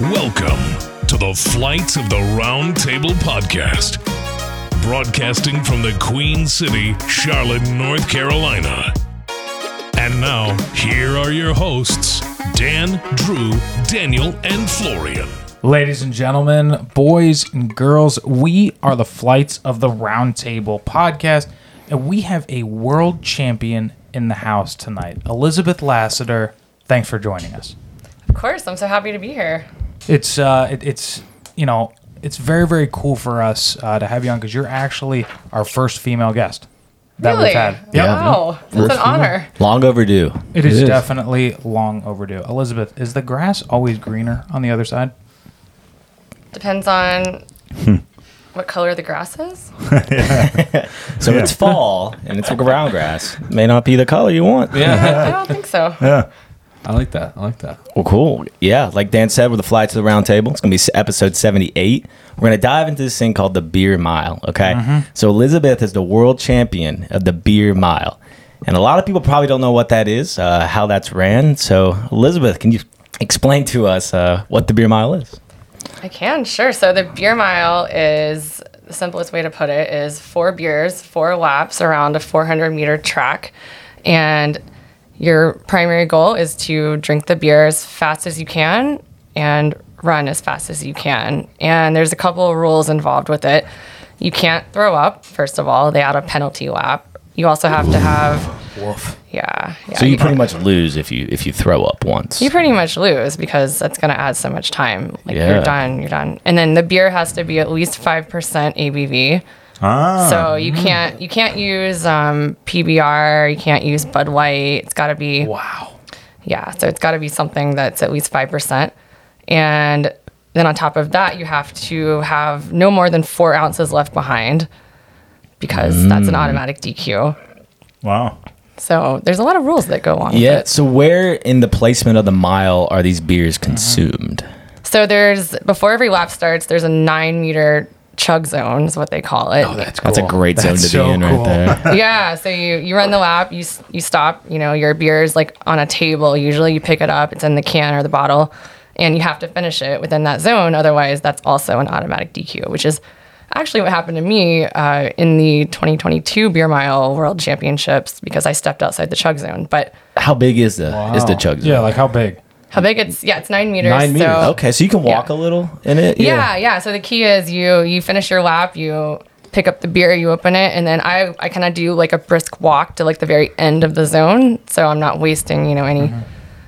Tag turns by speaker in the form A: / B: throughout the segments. A: Welcome to the Flights of the Round Table podcast, broadcasting from the Queen City, Charlotte, North Carolina. And now, here are your hosts Dan, Drew, Daniel, and Florian.
B: Ladies and gentlemen, boys and girls, we are the Flights of the Round Table podcast, and we have a world champion in the house tonight, Elizabeth Lassiter. Thanks for joining us.
C: Of course, I'm so happy to be here.
B: It's uh, it, it's you know, it's very very cool for us uh, to have you on because you're actually our first female guest that
C: Really?
B: we've had.
C: Wow, Oh, that's an honor.
D: Long overdue.
B: It is definitely long overdue. Elizabeth, is the grass always greener on the other side?
C: Depends on
B: Hmm.
C: what color the grass is.
D: So it's fall and it's ground grass. May not be the color you want.
C: I don't think so.
E: I like that. I like that.
D: Well, cool. Yeah, like Dan said, we're the fly to the round table. It's gonna be s- episode seventy-eight. We're gonna dive into this thing called the beer mile. Okay.
B: Mm-hmm.
D: So Elizabeth is the world champion of the beer mile, and a lot of people probably don't know what that is, uh, how that's ran. So Elizabeth, can you explain to us uh, what the beer mile is?
C: I can, sure. So the beer mile is the simplest way to put it is four beers, four laps around a 400 meter track, and your primary goal is to drink the beer as fast as you can and run as fast as you can. And there's a couple of rules involved with it. You can't throw up, first of all. They add a penalty lap. You also have to have. Yeah, yeah.
D: So you
C: can't-
D: pretty much lose if you if you throw up once.
C: you pretty much lose because that's going to add so much time. Like
D: Yeah.
C: you're done, you're done. And then the beer has to be at least 5% ABV.
D: Ah.
C: So you can't you can't use um, PBR, you can't use Bud White. It's got to be
B: Wow.
C: yeah, so it's got to be something that's at least 5%. And then on top of that, you have to have no more than 4 ounces left behind because that's
D: Mm.
C: an automatic DQ.
F: Wow.
C: So there's a lot of rules that go along with
D: Yeah.
C: it.
D: So where in the placement of the mile are these beers
B: Uh-huh.
D: consumed?
C: So there's before every lap starts, there's a nine meter chug zone is what they call it.
D: That's a great zone
B: That's
D: to
B: so
D: be in
B: cool.
D: right there.
C: yeah. So you you run the lap, you s- you stop. You know your beer is like on a table. Usually you pick it up. It's in the can or the bottle, and you have to finish it within that zone. Otherwise, that's also an automatic DQ, which is actually what happened to me uh, in the 2022 beer mile world championships because I stepped outside the chug zone. But
D: How big is the is the chug zone?
B: Yeah, like how big?
C: how big it's yeah, it's nine meters.
D: Nine meters.
C: so-
D: okay, so you can walk
C: Yeah.
D: a little in it.
C: yeah. yeah so the key is you you finish your lap you pick up the beer you open it and then i i kind of do like a brisk walk to like the very end of the zone so i'm not wasting you know any
F: Mm-hmm.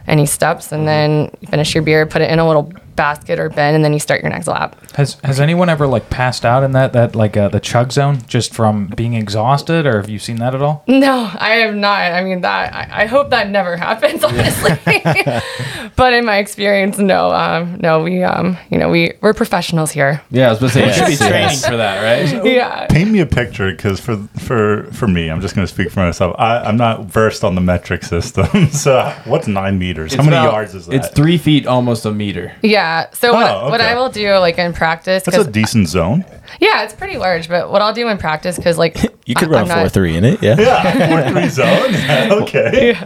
C: any steps and then you finish your beer put it in a little basket or bin and then you start your next lap
B: Has has anyone ever like passed out in that that like uh, the chug zone just from being exhausted, or have you seen that at all?
C: no i have not i mean that i, I hope that never happens honestly but in my experience no um no we um you know we we're professionals here
E: Yeah, I was going to say, you should be
D: Yes,
E: training
D: yes.
E: for that, right?
C: yeah
F: Paint me a picture, because for for for me, I'm just going to speak for myself. I, I'm not versed on the metric system. so what's nine meters? How
E: It's
F: many
E: about-
F: yards is that?
E: It's three feet, almost a meter.
C: yeah so what,
F: Oh,
C: what
F: okay.
C: i will do like in practice
F: That's
C: 'cause-
F: a decent zone.
C: Yeah, it's pretty large, but what I'll do in practice, because like
D: You could
C: I-
D: run
C: I'm
D: a
C: not-
D: four three in it. Yeah.
F: Yeah, three zone. Yeah, okay.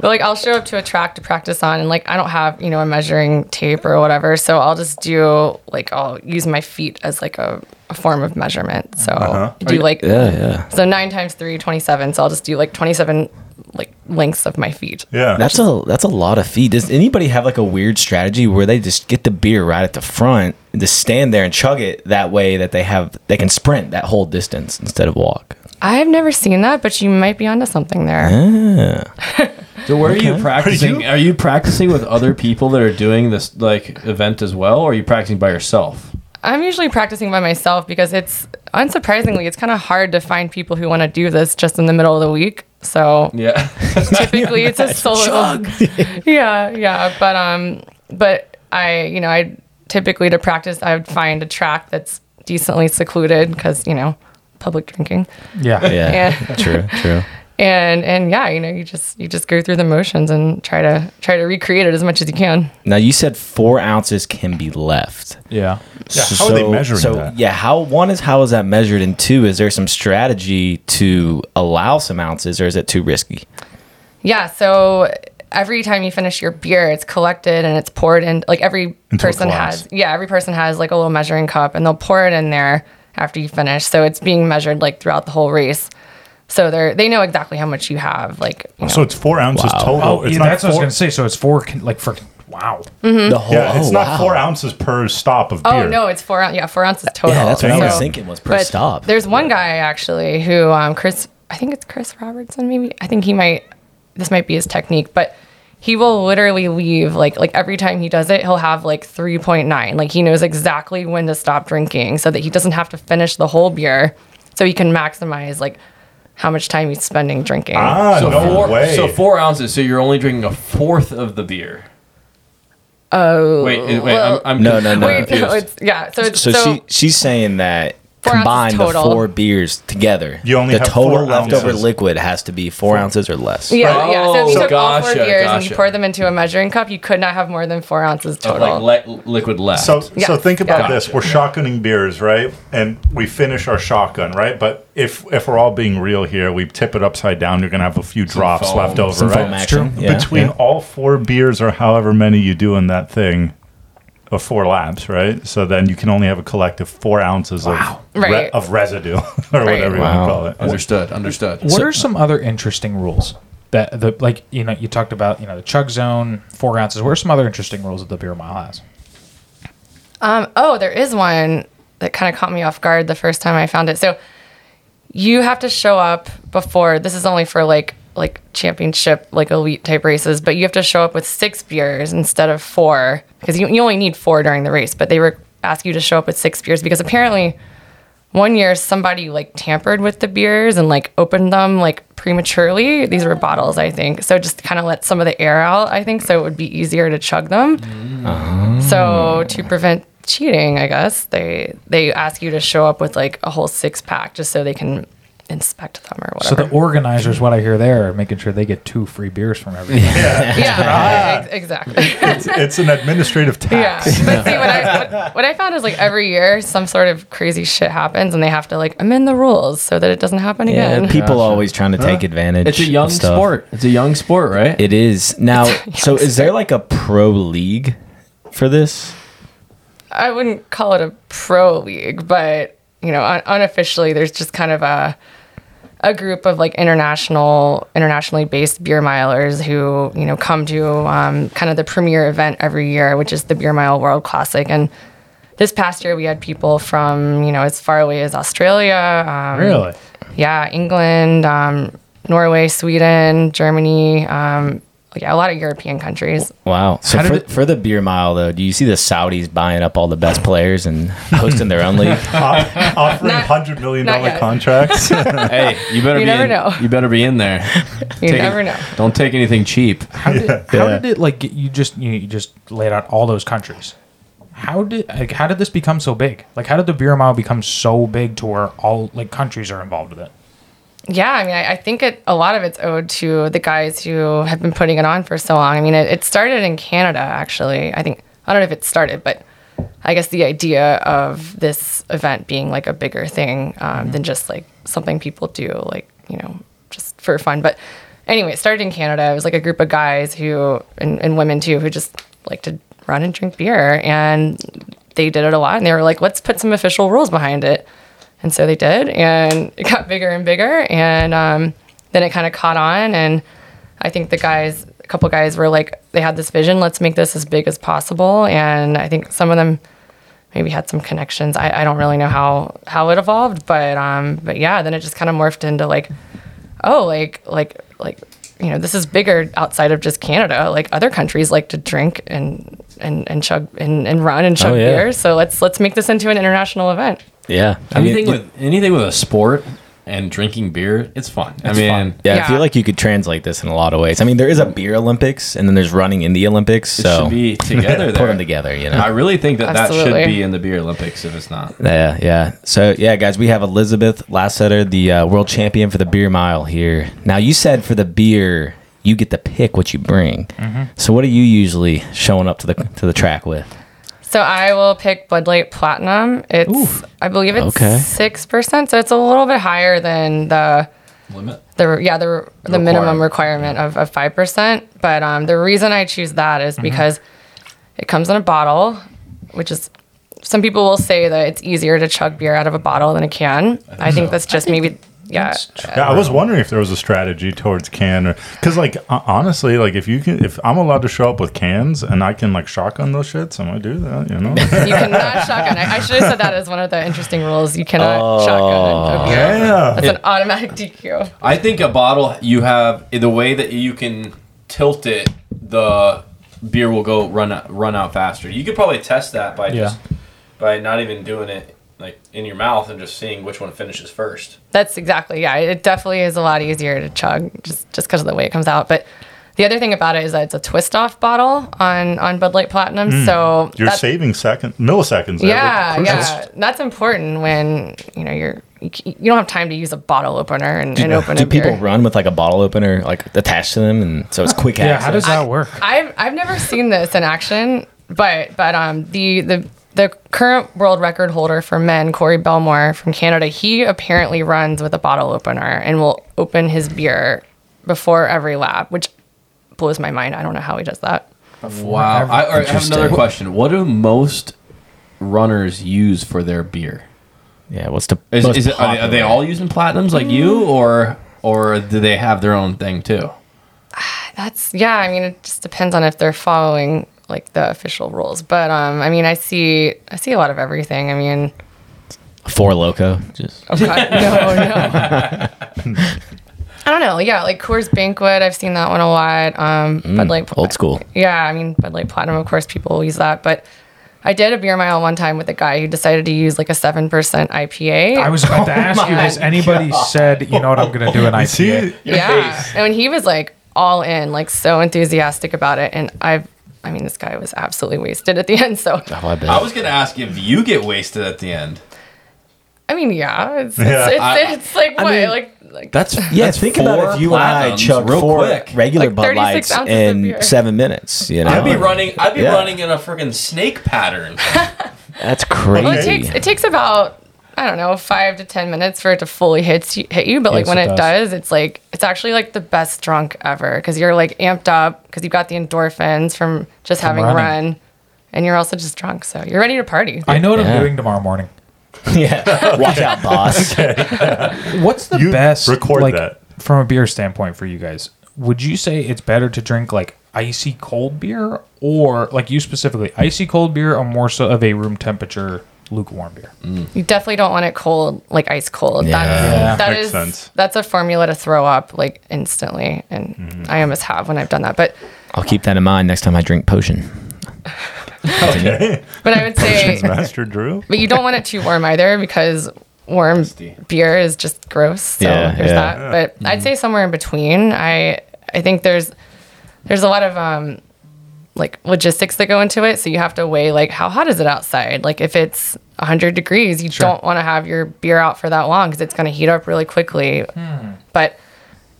C: but like I'll show up to a track to practice on, and like I don't have you know a measuring tape or whatever, so I'll just do like I'll use my feet as like a, a form of measurement. So do like
D: Yeah, yeah.
C: so nine times three, 27. So I'll just do like twenty seven like lengths of my feet.
F: Yeah.
D: That's a that's a lot of feet. Does anybody have like a weird strategy where they just get the beer right at the front and just stand there and chug it that way that they have they can sprint that whole distance instead of walk?
C: I've never seen that, but you might be onto something there.
E: So where are you practicing? Are you? practicing with other people that are doing this like event as well, or are you practicing by yourself?
C: I'm usually practicing by myself because it's unsurprisingly it's kind of hard to find people who want to do this just in the middle of the week. So
E: Yeah.
C: typically it's a solo yeah yeah but um but i you know i typically to practice i would find a track that's decently secluded because you know public drinking
B: Yeah.
D: Yeah.
C: Yeah.
D: True. True.
C: and and yeah you know you just you just go through the motions and try to try to recreate it as much as you can
D: Now you said four ounces can be left.
B: Yeah.
F: Yeah, how are they measuring
D: so,
F: that?
D: Yeah, how one is how is that measured, and two is there some strategy to allow some ounces, or is it too risky?
C: yeah so every time you finish your beer, it's collected and it's poured in. Like every
F: Into a
C: person
F: glass.
C: has, yeah, every person has like a little measuring cup, and they'll pour it in there after you finish. So it's being measured like throughout the whole race. So they're they know exactly how much you have. Like you know.
F: So it's four ounces total.
B: Oh,
F: it's
B: yeah,
F: not
B: that's what I was
F: four-
B: gonna say. So it's four, con- like for wow.
C: Hmm.
D: The whole.
F: Yeah, it's
D: oh,
F: not
D: wow.
F: four ounces per stop of
C: Oh
F: beer.
C: no, it's four ounces. Yeah, four ounces total.
D: Yeah, that's what I was
F: So-
D: thinking was per stop.
C: There's one guy actually who um, Chris, I think it's Chris Robertson, maybe. I think he might. This might be his technique, but he will literally leave like like every time he does it, he'll have like 3.9. Like he knows exactly when to stop drinking so that he doesn't have to finish the whole beer, so he can maximize like how much time he's spending drinking.
F: Ah,
E: So
F: no
E: four,
F: way.
E: So four ounces. So you're only drinking a fourth of the beer. Oh. Wait, wait.
C: well-
E: I'm, I'm
D: No, no, no.
E: I'm
C: Wait,
E: confused.
C: no, it's, yeah. So it's
D: So,
C: so,
D: she she's saying that
C: Four ounces
D: combine the
C: total.
D: four beers together.
F: You only
D: the
F: have
D: total
F: four
D: leftover
F: ounces.
D: liquid has to be four ounces or less.
C: yeah,
E: Right.
C: yeah. So if you
E: Oh,
C: took all four
E: gotcha,
C: beers and
E: gotcha.
C: you poured them into a measuring cup, you could not have more than four ounces
E: Of,
C: total.
E: like le- liquid left.
F: So,
C: Yeah.
F: so think about
E: Yeah.
F: this: we're shotgunning beers, right? And we finish our shotgun, right? But if if we're all being real here, we tip it upside down. You're gonna have a few drops
E: foam.
F: left over,
D: Some
F: right?
D: foam action.
B: true.
D: Yeah.
F: Between all four beers or however many you do in that thing, of four laps, right? So then you can only have a collective four ounces of
C: Right.
F: of residue or whatever you
D: Wow.
F: want to call it.
E: understood. Understood.
B: What are some other interesting rules that the like you know you talked about you know the chug zone four ounces. What are some other interesting rules that the beer mile has?
C: Oh, there is one that kind of caught me off guard the first time I found it. So you have to show up before. This is only for like like championship like elite type races, but you have to show up with six beers instead of four because you, you only need four during the race. But they were ask you to show up with six beers because apparently one year somebody like tampered with the beers and like opened them like prematurely. These were bottles, I think. So just kind of let some of the air out, I think, so it would be easier to chug them. So to prevent cheating, I guess they they ask you to show up with like a whole six pack just so they can inspect them or
B: So
C: whatever.
B: the organizers, what I hear there, are making sure they get two free beers from everybody.
C: yeah, ex- exactly.
F: It's, it's an administrative
C: Yeah,
F: tax.
C: but see, what I what, what I found is like every year some sort of crazy shit happens, and they have to like amend the rules so that it doesn't happen
D: Yeah,
C: again.
D: people always trying to take advantage.
E: It's a young
D: of stuff.
E: sport. It's a young sport, right?
D: It is now. so is there like a pro league for this?
C: I wouldn't call it a pro league, but you know, un- unofficially, there's just kind of a a group of like international, internationally based beer milers who you know come to um, kind of the premier event every year, which is the Beer Mile World Classic. And this past year, we had people from you know as far away as Australia, um,
B: really?
C: yeah, England, um, Norway, Sweden, Germany, um, yeah, a lot of European countries.
D: Wow. So
B: How did
D: for,
B: it-
D: for the beer mile though, do you see the Saudis buying up all the best players and hosting their own league?
F: Off- offering hundred million
C: not
F: dollar
C: yet.
F: contracts.
E: hey, you better
C: You
E: be.
C: never
E: in,
C: know.
E: You better be in there.
C: You
E: Take-
C: never know.
E: Don't take anything cheap.
B: How did, how
D: Yeah.
B: did it like get, you just you, you just laid out all those countries? How did like how did this become so big? Like how did the beer mile become so big to where all like countries are involved with it?
C: Yeah, I mean, I, I think it, a lot of it's owed to the guys who have been putting it on for so long. I mean, it, it started in Canada, actually. I think, I don't know if it started, but I guess the idea of this event being like a bigger thing um, than just like something people do, like, you know, just for fun. But anyway, it started in Canada. It was like a group of guys who, and, and women too, who just like to run and drink beer. And they did it a lot. And they were like, let's put some official rules behind it. And so they did, and it got bigger and bigger, and um, then it kind of caught on. And I think the guys, a couple guys, were like, they had this vision: let's make this as big as possible. And I think some of them maybe had some connections. I, I don't really know how how it evolved, but um, but yeah, then it just kind of morphed into like, oh, like like like you know, this is bigger outside of just Canada. Like other countries like to drink and and and chug and, and run and chug
D: yeah.
C: beer. So let's let's make this into an international event.
D: yeah. I
E: Anything
D: you-
E: with anything with a sport and drinking beer, it's fun. I mean,
B: fun.
D: yeah, I
C: Yeah.
D: feel like you could translate this in a lot of ways. I mean, there is a beer Olympics and then there's running in the Olympics.
E: it
D: so
E: should be together
D: put
E: there.
D: them together, you know.
E: I really think that that
C: Absolutely.
E: should be in the beer Olympics if it's not.
D: Yeah, yeah. So yeah, guys, we have Elizabeth Lasseter, the uh, world champion for the beer mile here. Now you said for the beer, you get to pick what you bring.
E: Mm-hmm.
D: So what are you usually showing up to the to the track with?
C: So I will pick Bud Light Platinum. It's I believe it's
D: Okay.
C: six percent, so it's a little bit higher than the
E: limit.
C: the yeah the the
E: Required.
C: minimum requirement of of five percent. But um, the reason I choose that is because it comes in a bottle, which is some people will say that it's easier to chug beer out of a bottle than a can. I, think that's just maybe yeah.
F: Yeah, I was wondering if there was a strategy towards can or because, like, uh, honestly, like if you can, if I'm allowed to show up with cans and I can like shotgun those shits, I'm gonna do that. You know,
C: You cannot shotgun. I, I should have said that as one of the interesting rules. You cannot shotgun a beer.
F: yeah.
C: That's an automatic DQ.
E: I think a bottle you have the way that you can tilt it, the beer will go run out, run out faster. You could probably test that by just by not even doing it like in your mouth and just seeing which one finishes first.
C: That's exactly yeah. It definitely is a lot easier to chug just just because of the way it comes out. But the other thing about it is that it's a twist off bottle on on Bud Light Platinum. So
F: Mm. You're
C: that's-
F: saving second milliseconds. there, which
C: Yeah,
F: is crucial.
C: yeah. That's important when you know you're you c- you don't have time to use a bottle opener and, and open
D: Do
C: a beer.
D: people run with like a bottle opener like attached to them, and so it's quick
B: Yeah,
D: access?
B: how does that work?
C: I've I've never seen this in action, but but um the the the current world record holder for men, Corey Belmore from Canada, he apparently runs with a bottle opener and will open his beer before every lap, which blows my mind. I don't know how he does that.
E: Wow. I, all right, I have another
D: Interesting.
E: question. What do most runners use for their beer?
D: yeah, what's the
E: Is,
D: most
E: is it, are, they, are they
D: popular?
E: all using platinums like you, or or do they have their own thing too?
C: That's yeah. I mean, it just depends on if they're following like the official rules. But um, I mean, I see I see a lot of everything. I mean.
D: four loco? Just
C: Oh God, no, no. I don't know. Yeah, like Coors Banquet, I've seen that one a lot. Um, Bud Light, Pla-
D: Mm, old school.
C: Yeah, I mean Bud Light Platinum, of course, people will use that. But I did a beer mile one time with a guy who decided to use like a seven percent IPA.
B: I was
D: Oh
B: about to ask you, has anybody said, you know what, I'm going to do an IPA?
F: See,
C: yeah, and he was like all in, like so enthusiastic about it. And I've, I mean, this guy was absolutely wasted at the end. So
D: Oh, I bet.
E: I was gonna ask if you get wasted at the end.
C: I mean, yeah, it's
F: Yeah,
C: it's, it's,
E: I-
C: it's like what,
D: mean,
C: like, like
E: That's
D: yeah, think about if you and I
E: platinums
D: chugged four regular
C: Like
D: Bud
C: 36
D: Lights
C: ounces of
D: in
C: beer.
D: seven minutes. You know,
E: I'd be running. I'd be
D: Yeah.
E: running in a freaking snake pattern.
D: That's
C: Well, it
D: crazy.
C: takes it takes about I don't know five to ten minutes for it to fully hit you, hit you. But like
E: Yes,
C: when
E: it
C: it does. it's like it's actually like the best drunk ever because you're like amped up because you've got the endorphins from just having
B: running.
C: run, and you're also just drunk, so you're ready to party.
B: I know what
D: Yeah.
B: I'm doing tomorrow morning.
D: yeah, watch out, boss.
B: What's the
F: You
B: best
F: record
B: like,
F: that.
B: from a beer standpoint for you guys? Would you say it's better to drink like icy cold beer or like you specifically icy cold beer or more so of a room temperature lukewarm beer?
C: You definitely don't want it cold, like ice cold.
D: Yeah.
C: That's,
B: Yeah.
C: that
F: Makes
C: is-
F: sense.
C: that's a formula to throw up like instantly, and I almost have when I've done that. But
D: I'll keep that in mind next time I drink potion.
C: but I would say
F: Master Drew.
C: But you don't want it too warm either because warm beer is just gross. So
D: Yeah,
C: there's
D: yeah.
C: that. But I'd say somewhere in between. I I think there's there's a lot of um like logistics that go into it. So you have to weigh like how hot is it outside? Like if it's 100 degrees, you don't want to have your beer out for that long because it's going to heat up really quickly. But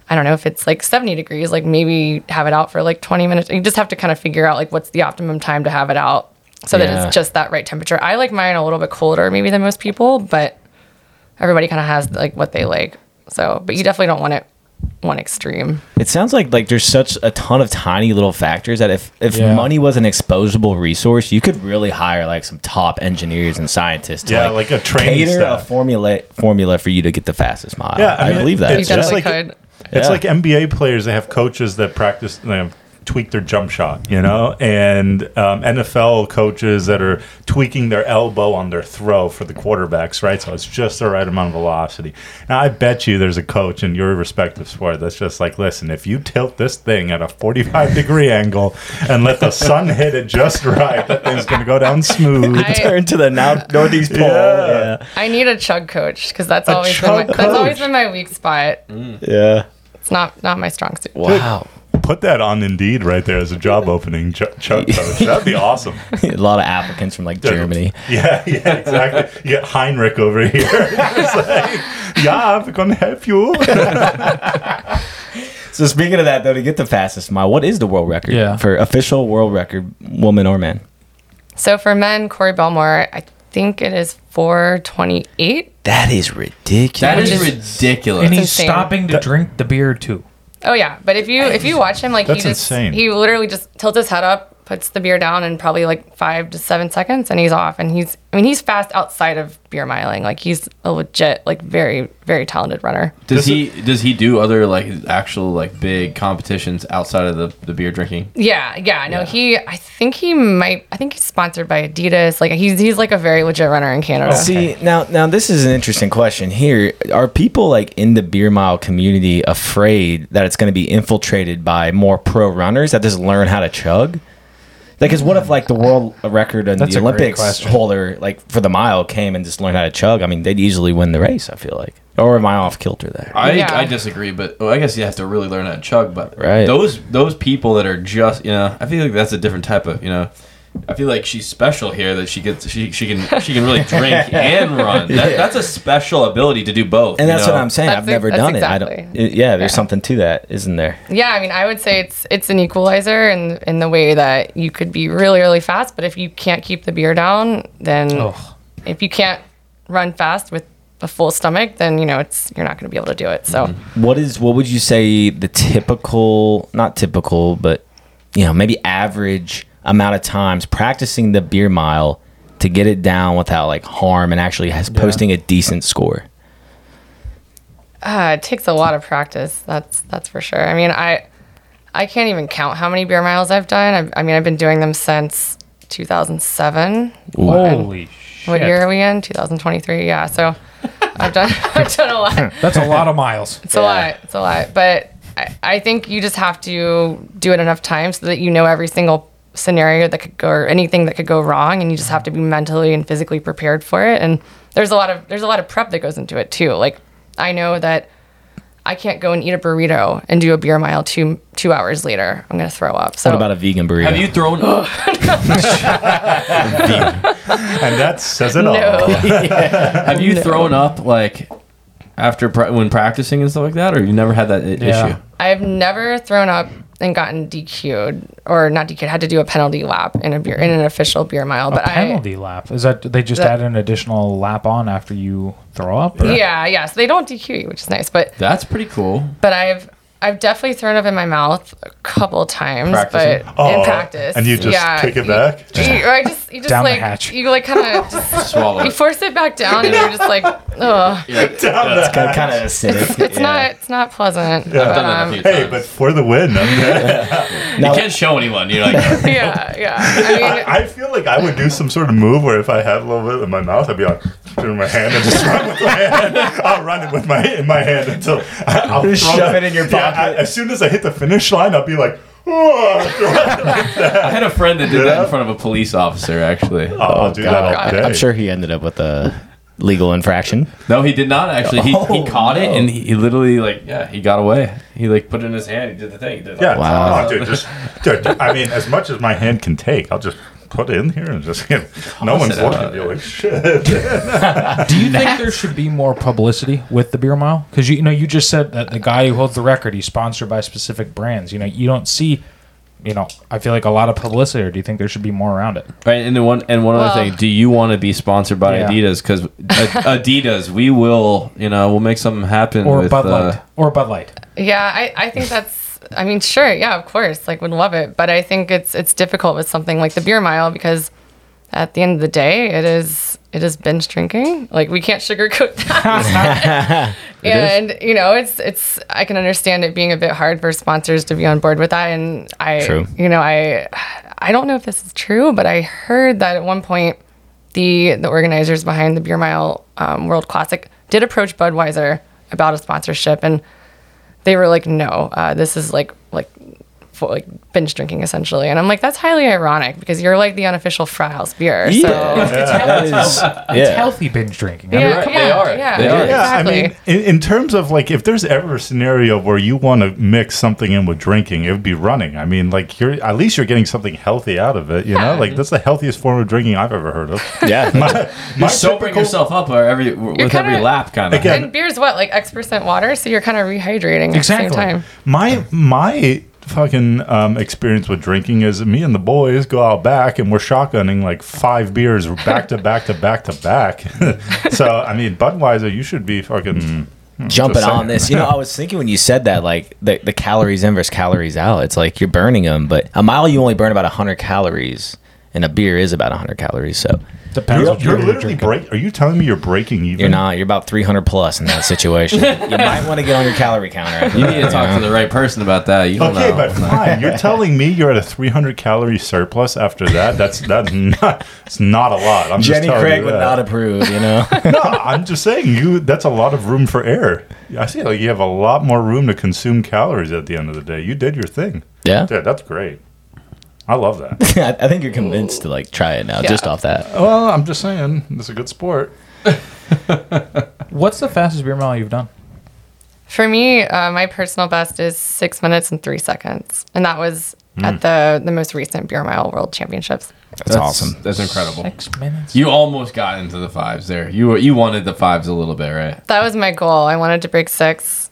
C: I don't know if it's like 70 degrees, like maybe have it out for like 20 minutes. You just have to kind of figure out like what's the optimum time to have it out so that
D: Yeah.
C: it's just that right temperature. I like mine a little bit colder maybe than most people, but everybody kind of has like what they like. So, but you definitely don't want it one extreme.
D: It sounds like like there's such a ton of tiny little factors that if if
B: Yeah.
D: money was an exposable resource, you could really hire like some top engineers and scientists. To,
F: Yeah, like a training
D: cater a
F: staff.
D: formula formula for you to get the fastest mile.
F: Yeah,
D: I,
F: I mean,
D: believe that.
C: You
F: it's just
C: definitely
F: like-
C: could.
F: It's
D: Yeah.
F: like NBA players that have coaches that practice them tweak their jump shot, you know, and um, NFL coaches that are tweaking their elbow on their throw for the quarterbacks, right? So it's just the right amount of velocity. Now I bet you there's a coach in your respective sport that's just like, listen, if you tilt this thing at a 45 degree angle and let the sun hit it just right, that thing's going to go down smooth.
C: I,
D: turn to the now northeast pole.
F: Yeah.
D: Yeah,
C: I need a chug coach because that's always been my,
F: chug
C: that's always
F: coach.
C: been my weak spot.
D: yeah.
C: It's not not my strong suit.
D: Wow,
F: Put that on Indeed right there as a job opening, Ch- Chuck coach. That'd be awesome.
D: a lot of applicants from like Germany.
F: Yeah, yeah, exactly. You get Heinrich over here. It's like, yeah, we're gonna help you.
D: So speaking of that, though, to get the fastest mile, what is the world record?
B: Yeah.
D: for official world record, woman or man?
C: So for men, Corey Belmore, I think it is 428.
D: That is ridiculous.
E: That is
B: and
E: ridiculous.
B: he's
C: insane.
B: stopping to drink the beer too.
C: Oh yeah, but if you if you watch him, like
F: That's
C: he just
F: insane.
C: he literally just tilts his head up, puts the beer down in probably like five to seven seconds, and he's off. And he's I mean he's fast outside of beer miling. Like he's a legit like very very talented runner.
E: Does he does he do other like actual like big competitions outside of the, the beer drinking?
C: Yeah, yeah. No, he I think he might I think he's sponsored by Adidas. Like he's he's like a very legit runner in Canada.
F: Oh,
D: See now, now this is an interesting question. Here, are people like in the beer mile community afraid that it's going to be infiltrated by more pro runners that just learn how to chug? Like, because what if like the world record and
B: That's
D: the
B: a great
D: Olympics
B: question.
D: holder like for the mile came and just learned how to chug? I mean, they'd easily win the race. I feel like, or am I off kilter there?
E: I,
C: Yeah.
E: I disagree, but well, I guess you have to really learn how to chug. But
D: Right.
E: those those people that are just you know, I feel like that's a different type of you know. I feel like she's special here that she gets she, she can she can really drink and run. That, That's a special ability to do both.
D: And
E: you
D: that's
E: know?
D: what I'm saying.
C: That's
D: I've
C: the-
D: never
C: that's
D: done it. I don't.
C: exactly.
D: It, yeah, there's
C: Yeah.
D: something to that, isn't there?
C: Yeah, I mean, I would say it's it's an equalizer in in the way that you could be really really fast, but if you can't keep the beer down, then
B: Ugh.
C: if you can't run fast with a full stomach, then you know it's you're not going to be able to do it. So
B: Mm-hmm.
D: What is what would you say the typical not typical but you know maybe average amount of times practicing the beer mile to get it down without like harm and actually has posting a decent score.
C: uh, it takes a lot of practice. That's that's for sure. I mean, I I can't even count how many beer miles I've done. I, I mean, I've been doing them since 2007.
B: Holy shit!
C: What year are we in? 2023. Yeah. So I've done I've done a lot.
B: That's a lot of miles.
C: It's a lot. It's a lot. But I, I think you just have to do it enough times so that you know every single scenario that could go or anything that could go wrong, and you just have to be mentally and physically prepared for it. And there's a lot of there's a lot of prep that goes into it too. Like I know that I can't go and eat a burrito and do a beer mile two two hours later. I'm gonna throw up. So
D: What about a vegan burrito?
E: Have you thrown up?
F: and that says it all.
C: no.
E: Have you thrown up like after pra- when practicing and stuff like that, or you never had that i-
B: Yeah.
E: issue?
C: I've never thrown up and gotten DQ'd or not DQ'd. Had to do a penalty lap in a beer in an official beer mile, but I
B: Penalty lap is that they just add
C: That-
B: an additional lap on after you throw up? or-
C: Yeah, yeah. So they don't DQ you, which is nice. But
E: That's pretty cool.
C: but I've I've definitely thrown up in my mouth a couple times,
E: Practicing?
C: but
F: Oh,
C: in practice,
F: and you just kick it
C: you-
F: back?
C: you- or I just you just
B: Down the
C: like
B: hatch.
C: you like kind of
E: Swallow.
C: you
E: it.
C: force it back down, and you're just like, oh,
D: It's kind of acidic.
C: it's not it's not pleasant.
E: I've
C: But,
E: done that a
C: um,
E: few
F: Hey,
E: times.
F: but for the win, I'm
D: Now,
E: you can't show anyone. You're like,
C: yeah, yeah. I mean.
F: I feel like I would do some sort of move where if I had a little bit in my mouth, I'd be like, doing my hand and just run with my hand. I'll run it with my in my hand until I, I'll
D: Just
F: throw
D: shove it
F: that-
D: in your
F: Yeah, I-
D: pocket.
F: as soon as I hit the finish line, I'll be like, oh,
E: I had a friend that did that
F: Yeah.
E: in front of a police officer. Actually,
D: Oh,
F: I'll do that all day.
D: I'm sure he ended up with a legal infraction.
E: no, he did not actually. He,
D: Oh,
E: he caught it
D: no.
E: and he, he literally like yeah, he got away. He like put it in his hand. He did the thing. He did like,
F: Yeah,
D: Wow.
F: wow. dude, just dude, I mean, as much as my hand can take, I'll just put it in here and just you know, no one's
E: it
F: looking.
E: out.
F: You're like, shit.
B: Do you think there should be more publicity with the beer mile? Because you, you know, you just said that the guy who holds the record, he's sponsored by specific brands. You know, you don't see, you know, I feel like a lot of publicity. Or do you think there should be more around it?
E: Right, and then one and one
C: Well-
E: other thing. Do you want to be sponsored by
B: Yeah.
E: Adidas? 'Cause Adidas? Because Adidas, we will, you know, we'll make something happen.
B: Or
E: with,
B: Bud
E: uh,
B: Light? Or Bud Light?
C: Yeah, I, I think that's. I mean, sure, yeah, of course, like would love it, but I think it's it's difficult with something like the beer mile because at the end of the day, it is it is binge drinking. Like we can't sugarcoat that. and you know, it's it's I can understand it being a bit hard for sponsors to be on board with that, and I
D: True.
C: you know I I don't know if this is true, but I heard that at one point the the organizers behind the Beer Mile um, World Classic did approach Budweiser about a sponsorship, and they were like, "No, uh, this is like like for, like binge drinking essentially." And I'm like, "That's highly ironic because you're like the unofficial frat house beer." So
D: that is,
B: It's
D: yeah.
B: healthy binge drinking.
C: yeah,
E: right. They are.
C: yeah,
E: They are.
F: Yeah,
C: exactly.
F: I mean, in, in terms of like, if there's ever a scenario where you want to mix something in with drinking, it would be running. I mean, like, you're at least you're getting something healthy out of it, you know? Like, that's the healthiest form of drinking I've ever heard of.
D: Yeah.
E: You're
F: My
E: sobering
F: typical-
E: yourself up or every with
C: kinda-
E: every lap, kind of.
F: Again,
C: and beer's what like X percent water, so you're kind of rehydrating at the same
B: Exactly.
C: time.
F: my my fucking um, experience with drinking is me and the boys go out back and we're shotgunning like five beers back to back to back to back. so I mean, Budweiser, you should be
D: Mm-hmm.
F: fucking
D: Jumping
F: Just saying.
D: on this, you know, I was thinking when you said that, like the, the calories in versus calories out. It's like you're burning them, but a mile you only burn about 100 calories, and a beer is about 100 calories. So
B: Depends.
F: You're,
B: what
F: you're
B: beer
F: literally
B: drinking.
F: break. Are you telling me you're breaking even?
D: you're not. You're about 300 plus in that situation. you might want to get on your calorie counter. after
E: You
D: that,
E: need to talk to the right person about that. You don't
F: Okay,
E: know.
F: but fine. You're telling me you're at a 300 calorie surplus after that. That's that's not. It's not a lot. I'm
D: Jenny
F: just telling
D: Craig
F: you
D: would
F: that.
D: not approve. You know,
F: no, I'm just saying you. That's a lot of room for error. I see. Like you have a lot more room to consume calories at the end of the day. You did your thing.
D: yeah.
F: Yeah, that's great. I love that.
D: I I think you're convinced to like try it now, just
C: Yeah.
D: off that.
F: well, I'm just saying it's a good sport.
B: What's the fastest beer mile you've done?
C: For me, uh, my personal best is six minutes and three seconds, and that was
E: Mm.
C: at the the most recent Beer Mile World Championships.
D: That's, awesome.
E: That's incredible.
B: Six minutes.
E: You almost got into the fives there. You were you wanted the fives a little bit, right?
C: That was my goal. I wanted to break six.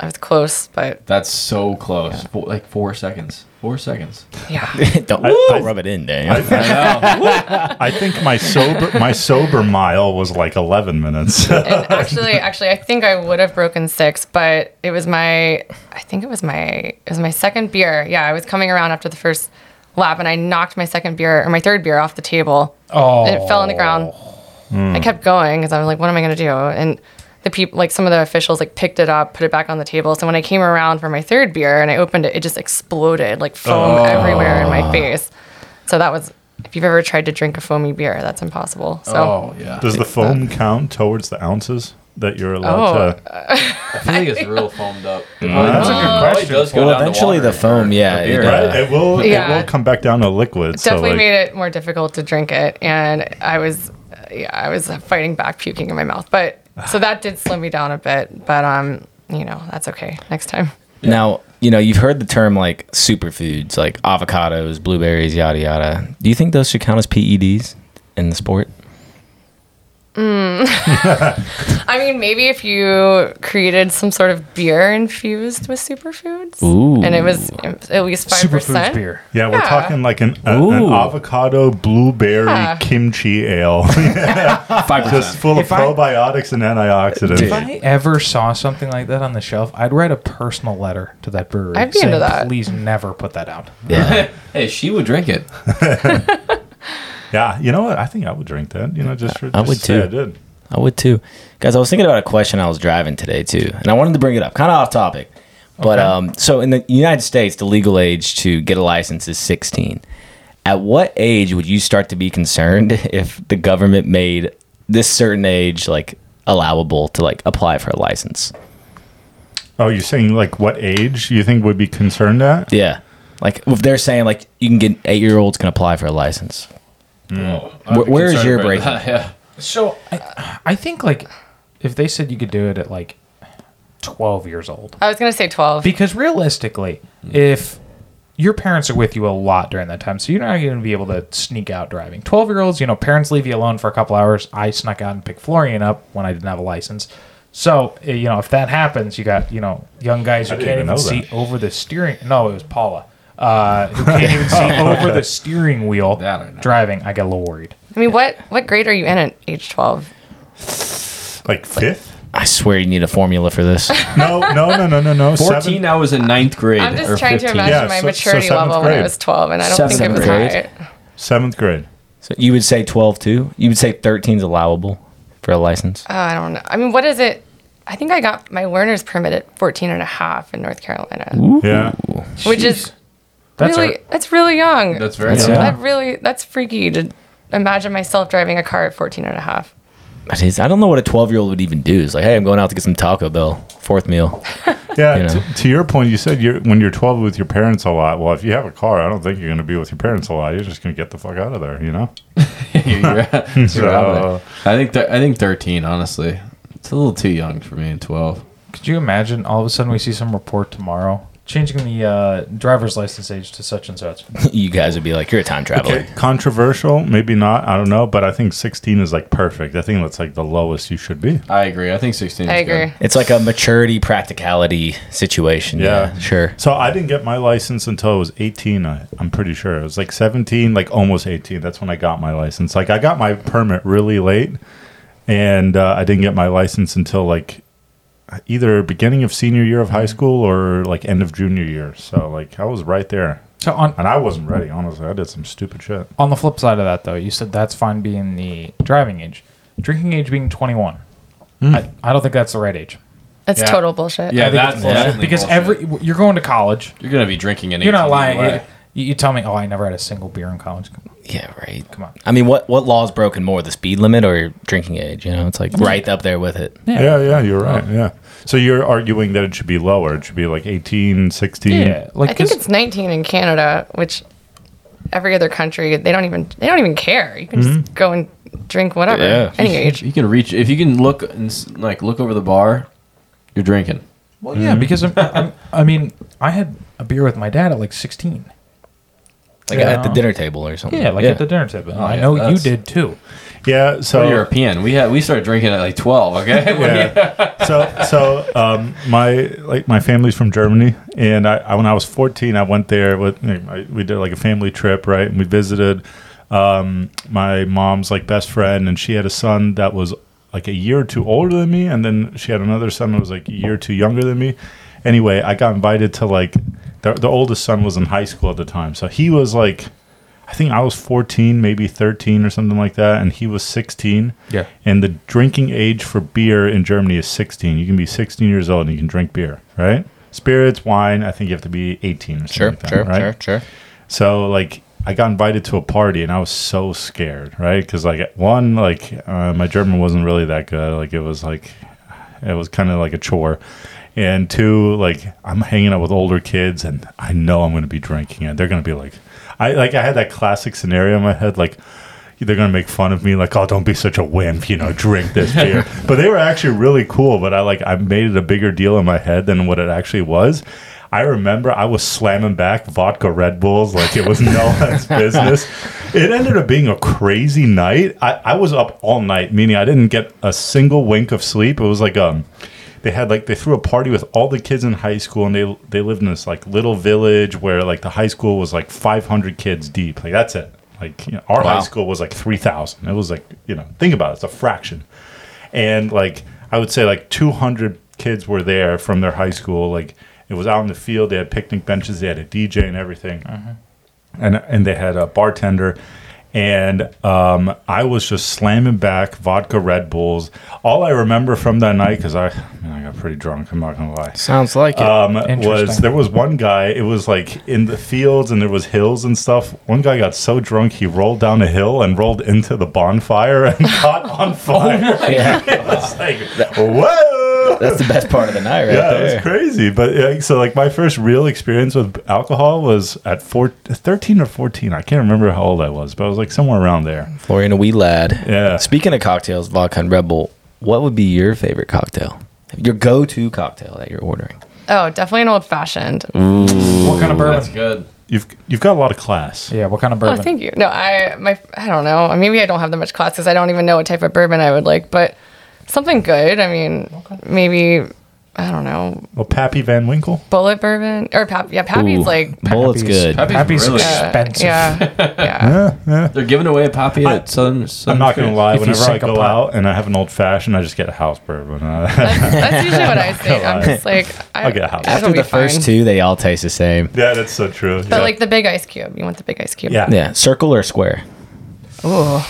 C: I was close, but
E: That's so close. Four, like four seconds. Four seconds.
C: yeah,
D: don't,
F: I-
D: don't
F: I-
D: rub it in, Dan.
E: I know.
F: I think my sober my sober mile was like 11 minutes.
C: and actually, actually, I think I would have broken six, but it was my, I think it was my, it was my second beer. Yeah, I was coming around after the first lap, and I knocked my second beer or my third beer off the table.
B: Oh,
C: and it fell on the ground. I kept going because I was like, what am I going to do? And the people, like some of the officials, like picked it up, put it back on the table. So when I came around for my third beer and I opened it, it just exploded like foam everywhere in my face. So that was, if you've ever tried to drink a foamy beer, that's impossible. So
E: oh yeah.
F: Does the foam count towards the ounces that you're
C: Oh,
F: allowed to?
E: I feel like it's real foamed up.
F: that's a good question.
D: Well, eventually the foam, yeah, it
E: Beer.
D: does.
F: Right, it will. It
C: Yeah.
F: will come back down to liquid.
C: definitely
F: so like,
C: made it more difficult to drink it. And I was, yeah, I was fighting back puking in my mouth. But so that did slow me down a bit. But, um, you know, that's okay. Next time.
D: Now, you know, you've heard the term like superfoods, like avocados, blueberries, yada yada. Do you think those should count as PEDs in the sport?
C: I mean, maybe if you created some sort of beer infused with superfoods,
D: Ooh.
C: and it was at least five
B: Superfoods
C: percent.
B: beer.
F: Yeah, we're
C: Yeah.
F: talking like an, a- an
D: Ooh.
F: avocado blueberry
C: Yeah.
F: kimchi ale,
E: Five
F: just
E: percent.
F: full of
B: If I-
F: probiotics and antioxidants.
B: If I ever saw something like that on the shelf, I'd write a personal letter to that brewery
C: I'd be into that.
B: "Please never put that out."
D: Yeah.
E: Hey, she would drink it.
F: Yeah, you know what? I think I would drink that. You know, just for
D: I
F: just
D: would
F: say
D: too.
F: Uh, I did.
D: I would too. Guys, I was thinking about a question I was driving today too, and I wanted to bring it up, kind of off topic. But um, so in the United States, the legal age to get a license is 16. At what age would you start to be concerned if the government made this certain age like allowable to like apply for a license?
F: Oh, you're saying like what age you think would be concerned at?
D: Yeah. Like if they're saying like you can get eight year olds can apply for a license.
E: I'd
D: Where-
E: be
D: where is
E: concerned
D: your
E: about
D: break?
E: that, Yeah.
B: So I, I think like if they said you could do it at like twelve years old,
C: I was gonna say twelve.
B: because realistically, if your parents are with you a lot during that time, so you're not going to be able to sneak out driving. Twelve year olds, you know, parents leave you alone for a couple hours. I snuck out and picked Florian up when I didn't have a license. So eh, you know, if that happens, you got you know young guys who
F: didn't
B: can't
F: even
B: even
F: know
B: see
F: that.
B: over the steering. No, it was Paula. Uh, who can't even see
F: Oh.
B: over the steering wheel
E: That I know.
B: driving? I got a little worried.
C: I mean, what what grade are you in at age twelve?
F: Like fifth?
D: I swear you need a formula for this.
F: No, no, no, no, no, no.
E: Fourteen. I was in ninth grade.
C: I'm
E: or
C: just trying
E: 15.
C: to imagine
F: Yeah,
C: my
F: so- so
C: maturity
F: seventh
C: level when I
F: grade.
C: was twelve, and I don't think it
D: Seventh
C: was
D: grade.
C: high.
F: Seventh grade.
D: so you would say 12 too? You would say 13 is allowable for a license?
C: Uh, I don't know. I mean, what is it? I think I got my learner's permit at 14 and a half in North Carolina,
F: Yeah.
C: which is
B: That's
C: really
B: a-
C: that's really young.
E: That's very.
D: Yeah.
C: that really that's freaky to imagine myself driving a car at 14 and a half.
D: It is. I don't know what a 12 year old would even do. It's like, hey, I'm going out to get some Taco Bell, fourth meal.
F: Yeah.
D: You know.
F: t- to your point, you said you're when you're 12 with your parents a lot. Well, if you have a car, I don't think you're going to be with your parents a lot. You're just going to get the fuck out of there, you know?
E: You're- you're
F: So-
E: right. I think th- I think thirteen. Honestly, it's a little too young for me. Twelve.
B: Could you imagine all of a sudden we see some report tomorrow? changing the uh, driver's license age to such and such.
D: you guys would be like, you're a time traveler.
F: Okay, controversial, maybe not. I don't know, but I think 16 is like perfect. I think that's like the lowest you should be.
E: I agree. I think 16 is
C: I agree.
E: good.
D: It's like a maturity practicality situation. Yeah,
F: Yeah.
D: sure.
F: So I didn't get my license until I was 18. I, I'm pretty sure it was like 17, like almost 18. That's when I got my license. Like I got my permit really late, and uh, I didn't get my license until like either beginning of senior year of high school or like end of junior year. So like I was right there,
B: So on
F: and I wasn't ready. Honestly, I did some stupid shit.
B: on the flip side of that, though, you said that's fine being the driving age, drinking age being 21.
C: Hmm.
B: I, I don't think that's the right age.
C: That's
E: Yeah.
C: total bullshit.
E: Yeah,
B: I think
E: that's
B: it's bullshit
E: definitely
B: because
E: bullshit.
B: every you're going to college.
E: you're gonna be drinking an.
B: You're not
E: 18
B: lying.
E: anyway.
B: You, you tell me, oh, I never had a single beer in college.
C: Hmm.
D: Yeah, right.
B: Come on.
D: I mean, what what law is broken more, the speed limit or your drinking age? You know, it's like right up there with it.
F: Yeah, yeah, you're right. Yeah. So you're arguing that it should be lower. It should be like 18, 16.
B: Yeah, like
C: I think
B: 'cause-
C: it's 19 in Canada, which every other country they don't even they don't even care. You can just go and drink whatever
E: Yeah.
C: any
E: You-
C: age.
E: You can reach if you can look and s- like look over the bar. You're drinking.
B: well, yeah, because I'm, I'm, I mean, I had a beer with my dad at like 16.
D: Like
B: Yeah.
D: at the dinner table or something.
B: Yeah, like at the dinner table. I
E: yeah,
B: know you
E: that's-
B: did too.
F: Yeah. So
E: We're European. We had we started drinking at like 12. Okay.
F: yeah. so so um, my like my family's from Germany, and I, I when I was 14, I went there with I, we did like a family trip, right? And we visited um, my mom's like best friend, and she had a son that was like a year or two older than me, and then she had another son that was like a year or two younger than me. Anyway, I got invited to like the, the oldest son was in high school at the time, so he was like. I think I was 14, maybe 13 or something like that, and he was 16.
B: Yeah.
F: And the drinking age for beer in Germany is 16. You can be 16 years old and you can drink beer, right? Spirits, wine, I think you have to be 18 or something
D: Sure,
F: like that,
D: sure,
F: right?
D: sure, sure.
F: So like I got invited to a party and I was so scared, right? Because like one, like uh, my German wasn't really that good. Like it was like it was kind of like a chore. And two, like I'm hanging out with older kids and I know I'm going to be drinking and they're going to be like, I like I had that classic scenario in my head, like. They're gonna make fun of me, like, "Oh, don't be such a wimp, you know, drink this beer." but they were actually really cool. But I like, I made it a bigger deal in my head than what it actually was. I remember I was slamming back vodka Red Bulls like it was no one's business. It ended up being a crazy night. I, I was up all night, meaning I didn't get a single wink of sleep. It was like um they had like they threw a party with all the kids in high school and they they lived in this like little village where like the high school was like 500 kids deep. Like that's it. Like you know, our
E: Wow.
F: high school was like 3,000. It was like, you know, think about it, it's a fraction and like I would say like 200 kids were there from their high school. Like it was out in the field. They had picnic benches. They had a DJ and everything, and and they had a bartender. And um, I was just slamming back vodka Red Bulls. All I remember from that night, because I, man, I got pretty drunk. I'm not gonna lie
D: Sounds like it.
F: um, was
B: Interesting.
F: there was one guy it was like in the fields and there was hills and stuff one guy got so drunk he rolled down a hill and rolled into the bonfire and got on fire it was like whoa
D: That's the best part of the night, right
F: yeah, it
D: there.
F: was crazy. But like, so, like, my first real experience with alcohol was at four, 13 or 14. I can't remember how old I was, but I was like somewhere around there.
D: Florian, a wee lad.
F: Yeah.
D: Speaking of cocktails, vodka and Red Bull, what would be your favorite cocktail? Your go-to cocktail that you're ordering?
C: Oh, definitely an old fashioned.
B: What kind of
E: That's
B: bourbon?
E: good.
F: You've you've got a lot of class.
B: Yeah, what kind of
C: Oh,
B: bourbon?
C: thank you. No, I my I don't know. Maybe I don't have that much class because I don't even know what type of bourbon I would like, but something good. I mean, maybe I don't know
F: Well, Pappy Van Winkle.
C: bullet bourbon or pap. Yeah, pappy's
D: Ooh,
C: like
B: Pappy's-
D: Bullet's good.
E: Pappy's,
B: Happy's
E: really.
B: expensive.
C: yeah, yeah.
E: They're giving away a poppy
F: I-
E: at Southern. Southern
F: I'm not gonna lie.
B: If you
F: Whenever I
B: sink a
F: go
B: pot.
F: out and I have an old fashioned, I just get a house bourbon.
C: That's usually what I say. I'm just like I,
F: I'll get a house.
C: it'll
D: After
C: be
D: the first
C: fine.
D: two, they all taste the same.
F: Yeah, that's so true.
C: But
F: yeah.
C: like the big ice cube, you want the big ice cube.
F: yeah.
D: Yeah, circle or square?
C: Ooh,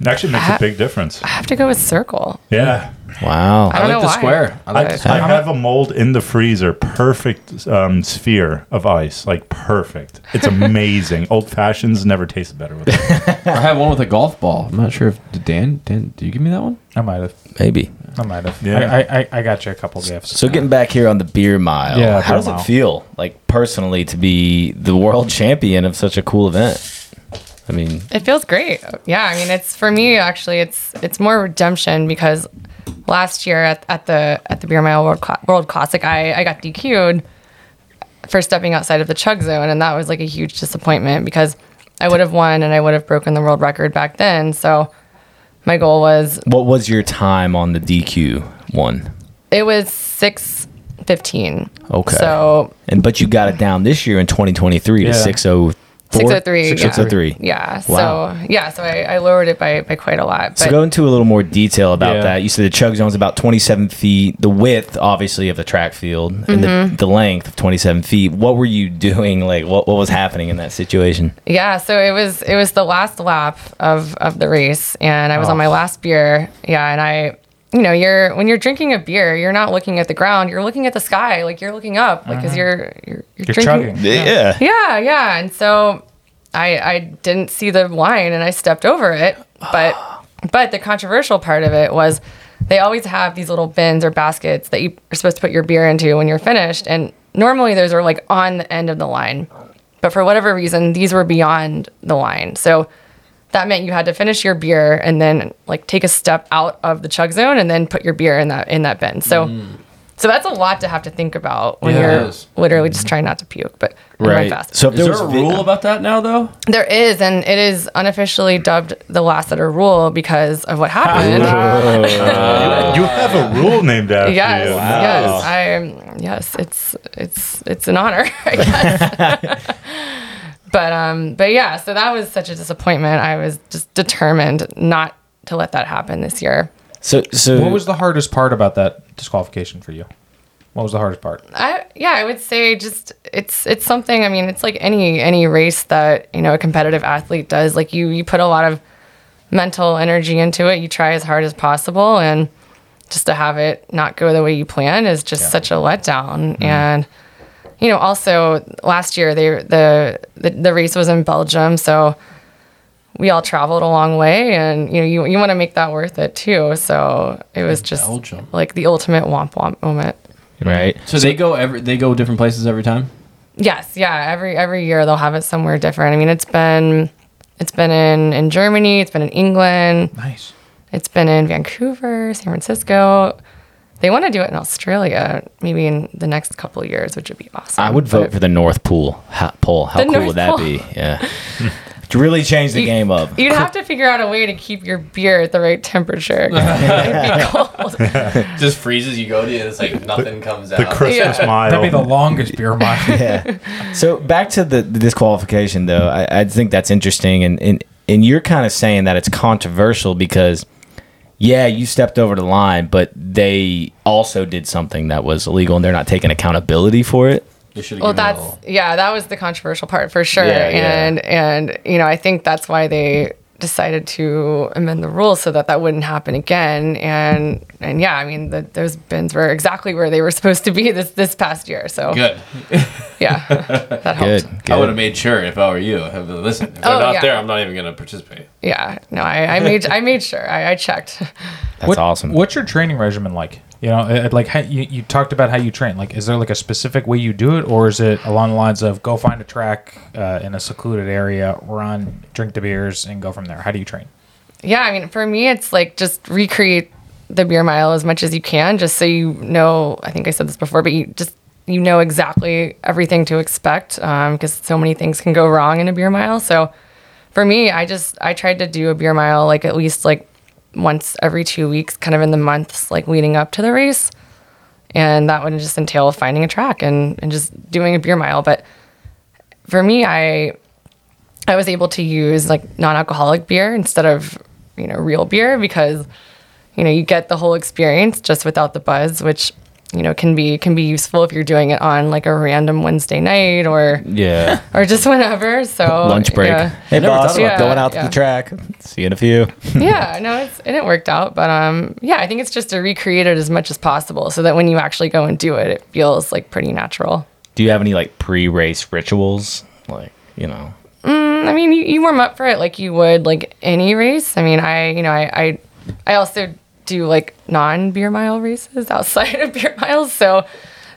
F: it actually makes a
C: I-
F: big difference.
C: I have to go with circle.
F: Yeah,
D: Wow.
C: I
E: I
C: don't
E: like
C: know
E: the
C: why.
E: square. I
F: I,
E: like the
F: I have a mold in the freezer, perfect um, sphere of ice, like perfect. It's amazing. Old fashions never tasted better with it.
E: I have one with a golf ball. I'm not sure if did Dan. Dan, do you give me that one?
B: I might have.
D: Maybe.
B: I might have.
F: Yeah.
B: I, I, I, I got you a couple gifts.
D: So getting back here on the beer mile,
B: Yeah,
D: how
B: beer
D: does
B: mile.
D: it feel like personally to be the world champion of such a cool event? I mean,
C: It feels great. Yeah, I mean, it's for me actually. It's it's more redemption because last year at, at the at the Beer Mile World, Cla- World Classic, I I got DQ'd for stepping outside of the chug zone. And that was like a huge disappointment because I would have won and I would have broken the world record back then. So my goal was
D: What was your time on the DQ one?
C: it was 615.
D: Okay.
C: So
D: And but you got it down this year in 2023
B: Yeah.
D: to oh. 604.
C: 603. yeah.
D: 603.
C: Yeah.
D: Wow.
C: So, yeah. So I, I lowered it by, by quite a lot. But
D: So go into a little more detail about
B: Yeah.
D: that. You said the chug zone is about 27 feet, the width, obviously, of the track field, and
C: Mm-hmm.
D: the, the length of 27 feet. What were you doing? Like, what, what was happening in that situation?
C: Yeah, so it was it was the last lap of of the race, and I was on my last beer. Yeah, and I, you know, you're when you're drinking a beer, you're not looking at the ground, you're looking at the sky, like you're looking up, like because you're you're, you're,
B: You're
C: drinking.
B: chugging.
D: Yeah.
C: Yeah, yeah, and so I I didn't see the wine, and I stepped over it, but but the controversial part of it was they always have these little bins or baskets that you're supposed to put your beer into when you're finished, and normally those are like on the end of the line. But for whatever reason, these were beyond the line. So that meant you had to finish your beer and then like take a step out of the chug zone and then put your beer in that in that bin. So so that's a lot to have to think about when
E: Mm. Yeah, it
C: you're
E: is.
C: literally just trying not to puke, but and run fast.
D: So if
E: Is
D: there
E: there
D: was
E: a
D: vi-
E: rule about that now, though?
C: there is, and it is unofficially dubbed the Lassiter rule because of what happened.
F: you have a rule named after
C: Uh, yes,
F: you.
C: yes, I yes, it's it's it's an honor, I guess. but um, but yeah, so that was such a disappointment. I was just determined not to let that happen this year.
D: So, so
B: What was the hardest part about that disqualification for you? What was the hardest part?
C: I yeah, I would say just it's it's something. I mean, it's like any any race that you know a competitive athlete does. Like you you put a lot of mental energy into it. You try as hard as possible, and just to have it not go the way you planned is just such a letdown. And you know, also last year they the, the the race was in Belgium, so we all traveled a long way, and you know you you want to make that worth it too. So it was just
E: Belgium.
C: like the ultimate womp womp moment.
D: right?
E: So, they go every they go different places every time.
C: Yes, yeah. Every every year they'll have it somewhere different. I mean, it's been it's been in in Germany, it's been in England,
B: Nice.
C: it's been in Vancouver, San Francisco. They want to do it in Australia, maybe in the next couple of years, which would be awesome.
D: I would vote for the North Pool ha- poll. How
C: The
D: cool
C: North
D: would that
C: Pole.
D: be? Yeah. to really change the
C: You-
D: game up.
C: You'd have to figure out a way to keep your beer at the right temperature. 'cause It'd be cold.
E: Just freezes. You go to and it's like nothing comes
F: The Christmas
C: Yeah.
F: mile.
B: That'd be the longest beer mile.
D: So back to the, the disqualification, though, I, I think that's interesting, and, and and you're kind of saying that it's controversial because, yeah, you stepped over the line, but they also did something that was illegal, and they're not taking accountability for it.
C: well that's yeah that was the controversial part for sure
D: Yeah, yeah.
C: and and you know i think that's why they decided to amend the rules so that that wouldn't happen again and and yeah i mean the, those bins were exactly where they were supposed to be this this past year so
E: good.
C: yeah that helped
D: Good.
E: I would
D: good.
E: have made sure if I were you. I'd have been, Listen, if they're
C: Oh,
E: not
C: yeah.
E: there, I'm not even gonna participate.
C: yeah no i, I made i made sure i, I checked
D: That's
B: What-
D: awesome.
B: What's your training regimen like? You know, uh, like how, you, you talked about how you train. Like, is there like a specific way you do it, or is it along the lines of go find a track uh, in a secluded area, run, drink the beers, and go from there? How do you train?
C: yeah i mean for me it's like just recreate the beer mile as much as you can just so you know i think i said this before but you just you know exactly everything to expect because so many things can go wrong in a beer mile so for me i just i tried to do a beer mile like at least like once every two weeks kind of in the months like leading up to the race and that would just entail finding a track and, and just doing a beer mile but for me i I was able to use like non-alcoholic beer instead of you know real beer because you know you get the whole experience just without the buzz, which you know can be can be useful if you're doing it on like a random Wednesday night or
D: yeah.
C: or just whenever. So
D: Lunch break.
C: yeah.
D: Hey,
E: never
D: boss,
E: thought
C: about
D: going
C: that.
D: out to
C: Yeah.
D: the track. See you in a few.
C: yeah, no, it's and it worked out, but um, yeah, I think it's just to recreate it as much as possible so that when you actually go and do it, it feels like pretty natural.
D: Do you have any like pre-race rituals? Like, you know,
C: I mean, you, you warm up for it like you would like any race. I mean, I you know I I, I also do like non beer mile races outside of beer miles, so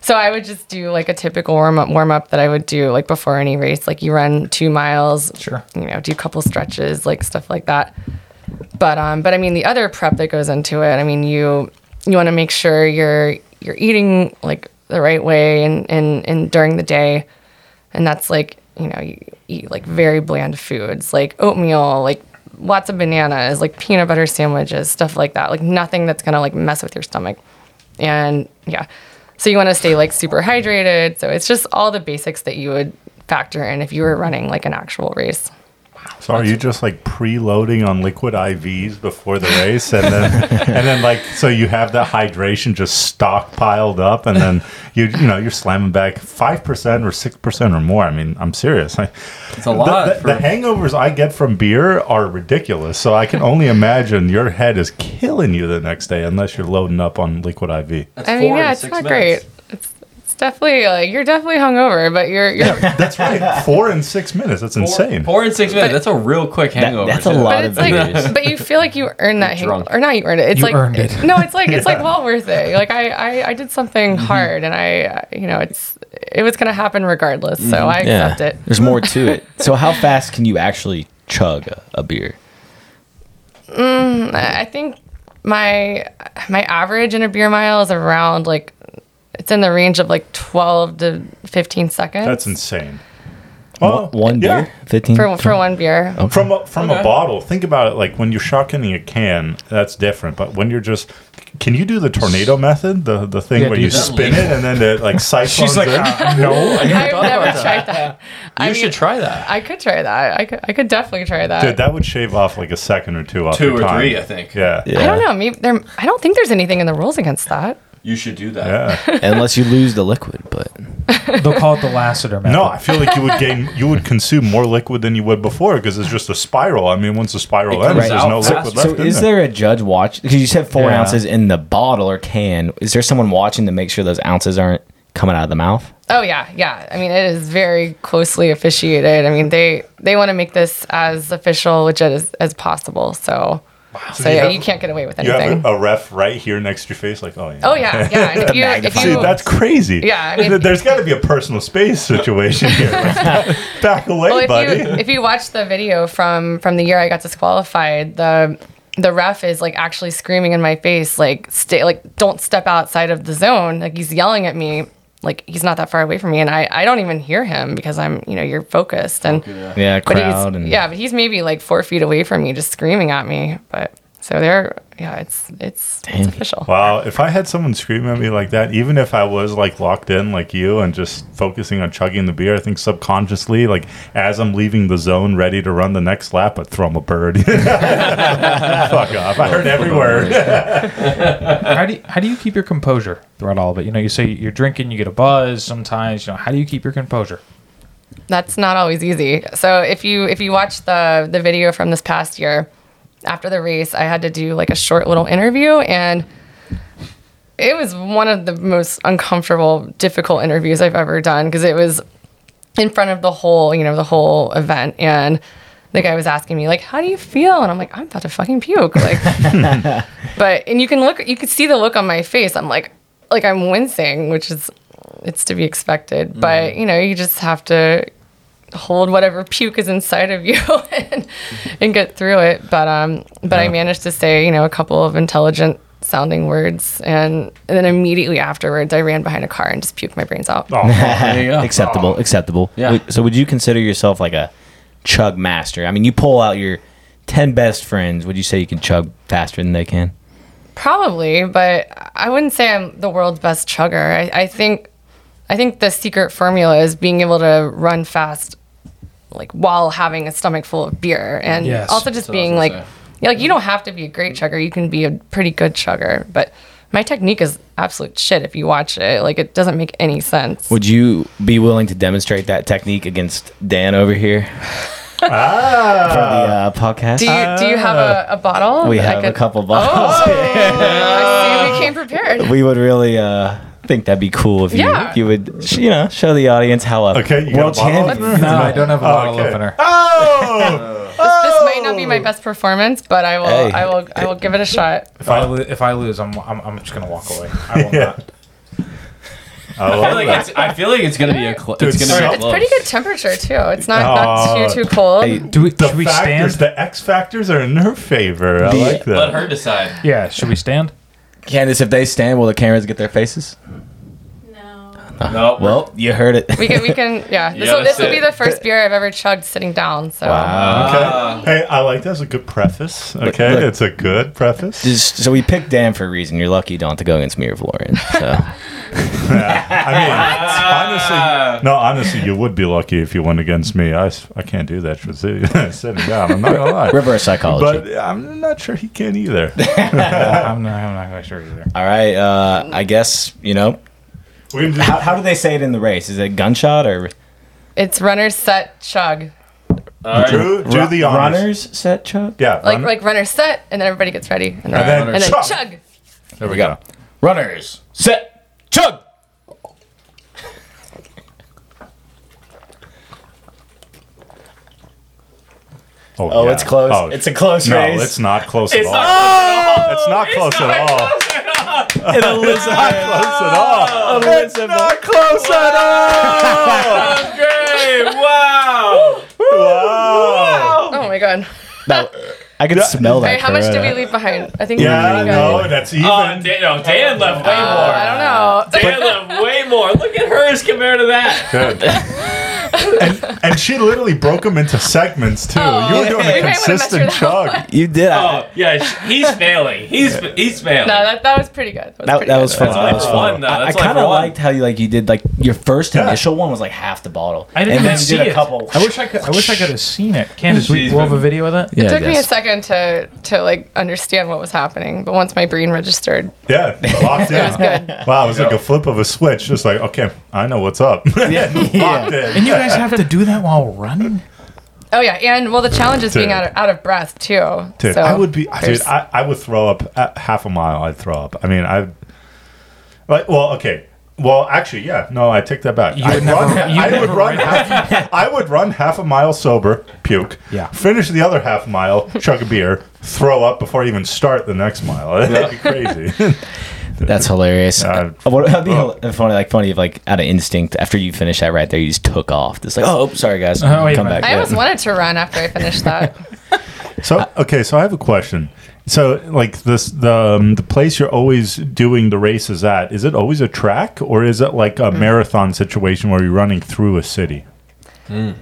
C: so I would just do like a typical warm up warm up that I would do like before any race. Like you run two miles,
B: Sure.
C: You know, do a couple stretches, like stuff like that. But um, but I mean, the other prep that goes into it. I mean, you you want to make sure you're you're eating like the right way and, and, and during the day. And that's like, you know, you eat like very bland foods like oatmeal, like lots of bananas, like peanut butter sandwiches, stuff like that. Like nothing that's going to like mess with your stomach. And yeah. So you want to stay like super hydrated. So it's just all the basics that you would factor in if you were running like an actual race.
F: So are you just like preloading on liquid IVs before the race, and then and then like so you have that hydration just stockpiled up, and then you you know you're slamming back five percent or six percent or more. I mean, I'm serious. I,
E: It's a lot.
F: the, the-
E: for,
F: the hangovers I get from beer are ridiculous. So I can only imagine your head is killing you the next day unless you're loading up on liquid IV.
E: that's
C: I mean,
E: four to
C: yeah, it's
E: six
C: not
E: minutes.
C: great. It's, it's definitely like you're definitely hungover, but you're you're
F: That's right. Four and six minutes. That's
E: Four-
F: insane.
E: Four and six minutes. That's a real quick hangover.
D: that's a
E: too.
D: lot.
C: but it's
D: of
C: like
D: beers.
C: but you feel like you earned that hang-
E: drunk.
C: or not you earned it. It's
B: You
C: like
B: earned it.
C: no, it's like it's like well worth it. Like I I, I did something hard and I uh, you know it's it was gonna happen regardless. So I accept it.
D: There's more to it. So how fast can you actually chug a, a beer?
C: I I think my my average in a beer mile is around like it's in the range of like 12 to 15 seconds
F: That's insane. Oh,
D: One
F: yeah.
D: beer? 15?
C: for for one beer.
F: From a, from
E: Okay.
F: a bottle, think about it. Like when you're shotgunning a can, that's different. But when you're just, can you do the tornado method? The the thing
B: Yeah,
F: where
B: do
F: you
B: that.
F: spin it and then it like cyclones
E: She's like,
F: in?
E: "Ah,
F: no.
E: I never
C: I've
E: thought
C: never
E: about that.
C: tried that.
E: You
C: I mean,
E: should try that.
C: I could try that. I could, I could definitely try that.
F: Dude, that would shave off like a second or two off
E: Two
F: your
E: or
F: time.
E: three, I think.
F: Yeah. yeah.
C: I don't know. Maybe there. I don't think there's anything in the rules against that.
E: You should do that.
D: Unless you lose the liquid, but
B: They'll call it the Lassiter method.
F: No, I feel like you would gain, you would consume more liquid than you would before because it's just a spiral. I mean, once the spiral
E: It
F: ends,
E: comes
F: there's
E: out
F: no liquid
E: faster.
F: left.
D: so
F: in
D: is
F: there?
D: there a judge watch? Because you said four
B: Yeah.
D: ounces in the bottle or can. Is there someone watching to make sure those ounces aren't coming out of the mouth?
C: Oh yeah, yeah. I mean, it is very closely officiated. I mean, they they want to make this as official, legit as, as possible. So, so,
F: you
C: yeah,
F: have-
C: you can't get away with
F: You
C: anything.
F: have a, a ref right here next to your face, like, oh yeah.
C: oh yeah, yeah. And if you, if
F: See,
C: you,
F: that's crazy.
C: Yeah, I mean-
F: Th- there's got to be a personal space situation here. Like, back away,
C: well, if
F: buddy.
C: you if you watch the video from from the year I got disqualified, the the ref is like actually screaming in my face, like stay, like don't step outside of the zone. Like he's yelling at me, like he's not that far away from me, and I I don't even hear him because I'm you know you're focused and.
D: Yeah,
C: But he's,
D: crowd and
C: yeah, but he's maybe like four feet away from me, just screaming at me. But so there, yeah, it's it's, it's official.
F: Wow, if I had someone scream at me like that, even if I was like locked in like you and just focusing on chugging the beer, I think subconsciously, like as I'm leaving the zone ready to run the next lap, I'd throw him a bird. Fuck off. I heard every word.
B: how do you, how do you keep your composure throughout all of it? You know, you say you're drinking, you get a buzz sometimes. You know, how do you keep your composure?
C: That's not always easy. So if you if you watch the the video from this past year, after the race, I had to do like a short little interview, and it was one of the most uncomfortable, difficult interviews I've ever done because it was in front of the whole, you know, the whole event. And the guy was asking me, like, how do you feel? And I'm like, I'm about to fucking puke. Like, but, and you can look, you could see the look on my face. I'm like, like I'm wincing, which is, it's to be expected. But, you know, you just have to hold whatever puke is inside of you and, and get through it. But, um, but I managed to say, you know, a couple of intelligent sounding words. And, and then immediately afterwards, I ran behind a car and just puked my brains out.
E: There you go.
D: acceptable, acceptable.
E: Yeah.
D: Would- So would you consider yourself like a chug master? I mean, you pull out your ten best friends. Would you say you can chug faster than they can?
C: Probably, but I wouldn't say I'm the world's best chugger. I, I think I think the secret formula is being able to run fast like while having a stomach full of beer and
B: Yes.
C: also just
E: That's what I was
C: being
E: gonna
C: like
E: say.
C: yeah, like you don't have to be a great chugger, you can be a pretty good chugger, but my technique is absolute shit if you watch it. Like it doesn't make any sense.
D: Would you be willing to demonstrate that technique against Dan over here for the
F: Ah.
D: uh, podcast?
C: do you do you have
E: Ah.
C: a, a Oh. bottle?
D: we
C: that I
D: have a
C: could-
D: couple bottles.
C: I see we came prepared.
D: We would really uh, think that'd be cool if you
C: Yeah.
D: you would sh- you know show the audience how a
F: Okay, you got
D: world
F: a bottle
D: champion.
F: opener?
B: No, I don't have a bottle
F: okay.
B: opener.
F: Oh!
C: This might not be my best performance, but I will
D: Hey.
C: I will I will give it a shot.
B: If I lo- if I lose, I'm I'm, I'm just gonna walk away. I will
F: Uh, Yeah.
B: not.
F: I
E: I
F: love
E: feel like
F: that.
E: it's, I feel like it's gonna be a. Cl-
F: Dude,
E: it's gonna be
F: so-
E: close.
C: It's pretty good temperature too. It's not, not
F: Oh.
C: too too cold.
B: Do we?
F: The
B: should we stand?
F: factors, the X factors are in her favor. I
D: The-
F: like that.
E: Let her decide.
B: yeah. Should we stand?
D: Candace, if they stand, will the cameras get their faces?
G: No.
E: No.
D: Well, you heard it.
C: We can, we can, yeah.
E: You
C: so
E: gotta
C: this will
E: sit.
C: be the first beer I've ever chugged sitting down. So
D: Wow.
E: Ah.
F: Hey, I like that. It's a good preface. Okay,
D: look.
F: it's a good preface.
D: Just- so we picked Dan for a reason. You're lucky you don't have to go against me or Florian. So
F: I mean, honestly, no, honestly, you would be lucky if you went against me. I, s- I can't do that. shit. See, Sitting down, I'm not gonna lie.
D: reverse psychology.
F: But I'm not sure he can either.
B: I'm not, I'm not quite sure either.
D: All right. Uh, I guess you know.
F: We can do-
D: How, how do they say it in the race? Is it gunshot or
C: it's runner set chug.
E: All right.
F: Drew, do the honors.
D: runners set chug?
F: Yeah,
C: Like
F: run-
C: like runner set, and then everybody gets ready, and then,
F: then
C: and then
F: chug.
C: chug.
F: there we go.
D: Runners set chug. Oh,
F: yeah.
D: it's close.
F: Oh,
D: It's a close
F: no,
D: race.
F: it's not close
D: It's
F: at
D: not
F: all. It's not close at all.
D: Elizabeth.
F: Close at all.
D: Elizabeth.
F: close at all.
E: Okay, wow.
F: Wow.
C: Oh my god!
D: No, I can smell that.
C: All right, how much did we
D: Corona.
C: leave behind? I think
F: Yeah,
C: we
F: no, that's even.
E: Oh, Dan, no, Dan left way
C: Oh,
E: more.
C: I don't know.
E: Dan left way more. Look at hers compared to that.
F: Good. and, and she literally broke them into segments too. you were doing
C: We might
F: a
C: wanna
F: consistent
C: measure that
F: chug.
D: You did. I-
E: Oh, yeah, sh- he's failing. He's he's failing.
C: No, that, that was pretty good. That was
B: Oh,
D: That,
C: pretty
D: that
C: good.
D: was fun.
E: That's
D: That was
E: like
D: fun.
E: one, though.
D: Oh, I,
E: That's like
D: kind of
E: one.
D: liked how you like you did like your first
F: Yeah.
D: initial one was like half the bottle.
B: I didn't
D: and then
B: even
D: you
B: see
D: did
B: it.
D: a couple.
B: I wish I could. I wish I could have seen it. Candace, we
E: Jeez,
B: will have a
E: man.
B: video of that.
D: Yeah,
C: It took
D: I
C: me a
D: guess.
C: second to to like understand what was happening, but once my brain registered,
F: Yeah, locked in. Wow, it was like a flip of a switch. Just like, okay, I know what's up. Yeah, locked
B: And
F: in.
B: you guys have to do that while running.
C: oh yeah, and well, the challenge is being
F: Dude.
C: out of, out of breath too.
F: Dude,
C: so
F: I would be. Dude,
C: there's-
F: I, I would throw up at half a mile. I'd throw up. I mean, I. Like, well, okay. Well, actually, yeah. No, I take that back.
B: You
F: I,
B: would never-
F: run,
B: you
F: I
B: would
F: would
B: never
F: run.
B: run
F: Half, I would run half a mile sober, puke.
B: Yeah.
F: Finish the other half mile, chug a beer, throw up before I even start the next mile. That'd be crazy.
D: That's hilarious.
F: Uh,
D: Uh, what would be hel- funny, like funny, if like out of instinct after you finish that right there, you just took off. Just like, oh, sorry guys,
B: Oh, wait a
D: come
B: minute.
C: I
D: back. Yeah.
C: almost wanted to run after I finished that.
F: So okay, so I have a question. So like this, the um, the place you're always doing the races at is it always a track or is it like
C: Mm.
F: a marathon situation where you're running through a city?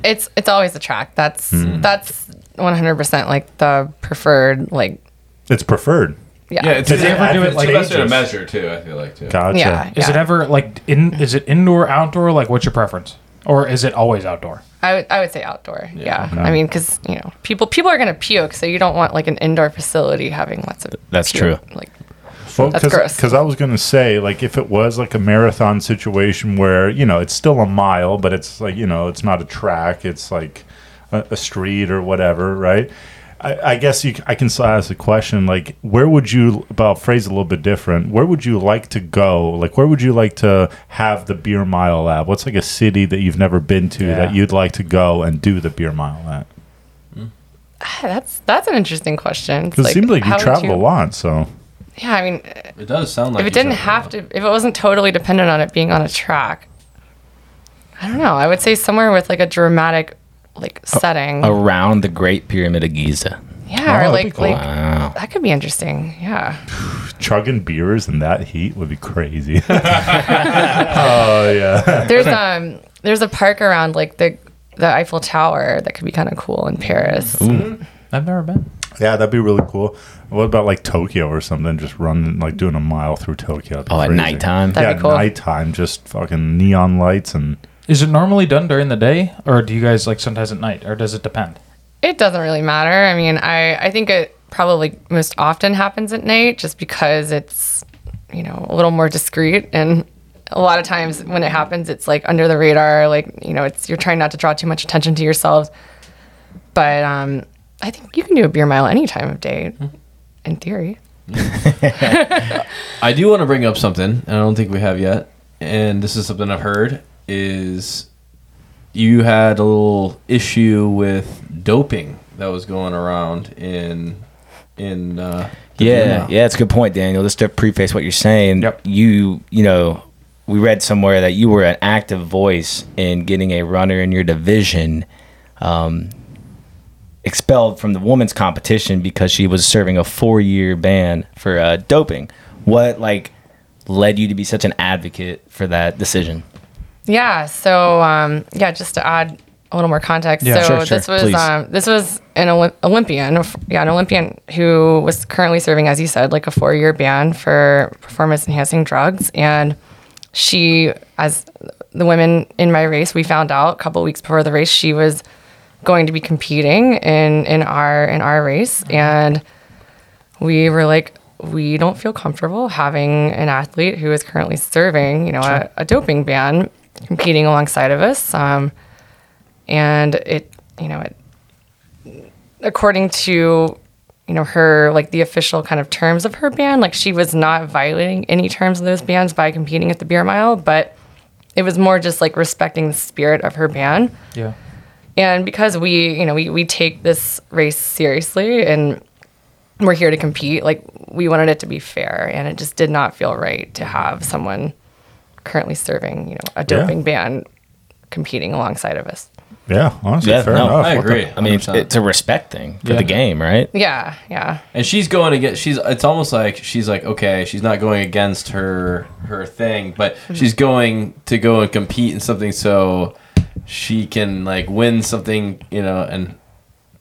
C: it's it's always a track. That's
F: Hmm.
C: that's 100 percent like the preferred like
F: It's preferred.
C: yeah.
E: Yeah, it's,
F: Did
E: it's,
F: they ever do it
E: it's
F: like-
E: faster to measure too. I feel like too.
F: Gotcha.
C: Yeah.
B: Is it ever like in? Is it indoor, outdoor? Like, what's your preference? Or is it always outdoor?
C: I would I would say outdoor. Yeah, I mean because you know people people are gonna puke, so you don't want like an indoor facility having lots of
D: That's
C: puke,
D: true.
C: Like That's gross.
F: Because I was gonna say like if it was like a marathon situation where you know it's still a mile, but it's like you know it's not a track, it's like a, a street or whatever, right? I, I guess you, c- I can still ask the question like where would you about phrase it a little bit different? Where would you like to go? Like where would you like to have the beer mile at? What's like a city that you've never been to that
B: Yeah.
F: you'd like to go and do the beer mile at?
C: that's that's an interesting question. It's
F: Because it seems like
C: how
F: you
C: would
F: travel a lot, so
C: Yeah, I mean,
E: It does sound like
C: if
E: you
C: it didn't
E: said
C: have to, if it wasn't totally dependent on it being on a track, I don't know. I would say somewhere with like a dramatic like setting.
D: around the Great Pyramid of Giza.
C: yeah, or
F: that'd be
C: like
F: cool.
C: like
D: Wow.
C: that could be interesting. Yeah.
F: chugging beers in that heat would be crazy. oh yeah.
C: There's um there's a park around like the the Eiffel Tower that could be kind of cool in Paris.
B: I've never been.
F: Yeah, that'd be really cool. What about like Tokyo or something? Just running like doing a mile through Tokyo. That'd be
D: Oh, at
F: crazy.
D: nighttime?
C: That'd
F: yeah,
C: be cool.
F: nighttime, just fucking neon lights and
B: Is it normally done during the day, or do you guys like sometimes at night, or does it depend?
C: It doesn't really matter. I mean, I I think it probably most often happens at night just because it's you know a little more discreet and a lot of times when it happens it's like under the radar like you know it's you're trying not to draw too much attention to yourselves but um i think you can do a beer mile any time of day in theory
E: I do want to bring up something, and I don't think we have yet. And this is something I've heard is you had a little issue with doping that was going around in in uh, the
D: Yeah,
E: Vietnam.
D: yeah, it's a good point, Daniel. Just to preface what you're saying,
B: Yep.
D: you you know, we read somewhere that you were an active voice in getting a runner in your division um, expelled from the women's competition because she was serving a four-year ban for uh, doping. What like led you to be such an advocate for that decision?
C: Yeah. So um, yeah, just to add a little more context.
B: Yeah.
C: so
D: Sure, sure,
C: this was
D: please.
C: um, this was an Olymp- Olympian, f- yeah, an Olympian who was currently serving, as you said, like a four-year ban for performance-enhancing drugs, and she, as the women in my race, we found out a couple weeks before the race, she was going to be competing in in our in our race, and we were like. We don't feel comfortable having an athlete who is currently serving, you know, a, a doping ban competing alongside of us. Um, and it you know it according to you know her like the official kind of terms of her ban like she was not violating any terms of those bans by competing at the beer mile but it was more just like respecting the spirit of her ban
B: Yeah.
C: and because we you know we, we take this race seriously and we're here to compete like we wanted it to be fair and it just did not feel right to have someone currently serving you know a
F: Yeah.
C: doping ban competing alongside of us
F: Yeah, honestly,
D: Yeah,
F: fair
D: no,
F: enough.
E: I
F: What the-
E: agree.
D: I mean, it's,
E: 100%.
D: it's a respect thing for
B: Yeah.
D: the game, right?
C: Yeah, yeah,
E: and she's going to get she's it's almost like she's like okay she's not going against her her thing but she's going to go and compete in something so she can like win something you know and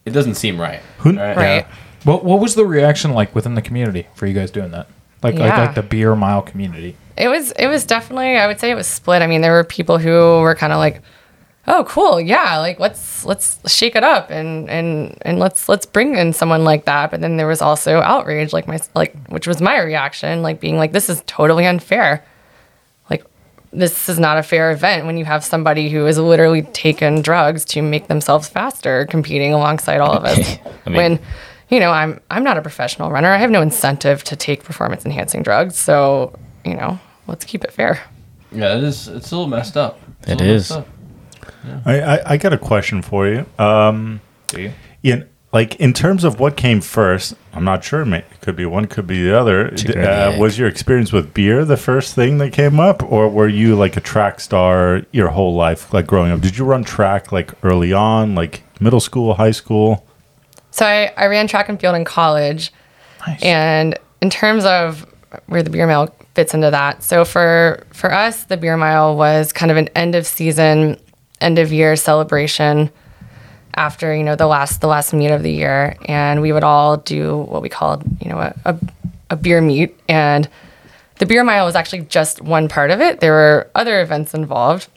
E: it doesn't seem right
F: Who-
C: right.
B: What What was the reaction like within the community for you guys doing that? Like like,
C: Yeah.
B: like the beer mile community.
C: It was it was definitely I would say it was split. I mean, there were people who were kind of like, "Oh, cool, yeah, like let's let's shake it up and and and let's let's bring in someone like that." But then there was also outrage, like my like which was my reaction, like being like, "This is totally unfair." Like this is not a fair event when you have somebody who has literally taken drugs to make themselves faster competing alongside all of us.
D: I mean-
C: when you know, I'm I'm not a professional runner. I have no incentive to take performance enhancing drugs. So, you know, let's keep it fair.
E: yeah it is it's a little messed up It's a
D: It
E: little
D: is.
E: messed up.
F: I, I, I got a question for you. Um,
B: Do you?
F: in like in terms of what came first, I'm not sure. ma- It could be one, could be the other.
D: Chicken
F: D-
D: or the
F: uh,
D: egg.
F: was your experience with beer the first thing that came up, or were you like a track star your whole life, like growing up? Did you run track like early on, like middle school, high school?
C: So I, I ran track and field in college. And in terms of where the beer mile fits into that, so for for us, the beer mile was kind of an end of season, end of year celebration after you know the last the last meet of the year, and we would all do what we called you know a a, a beer meet, and the beer mile was actually just one part of it. There were other events involved.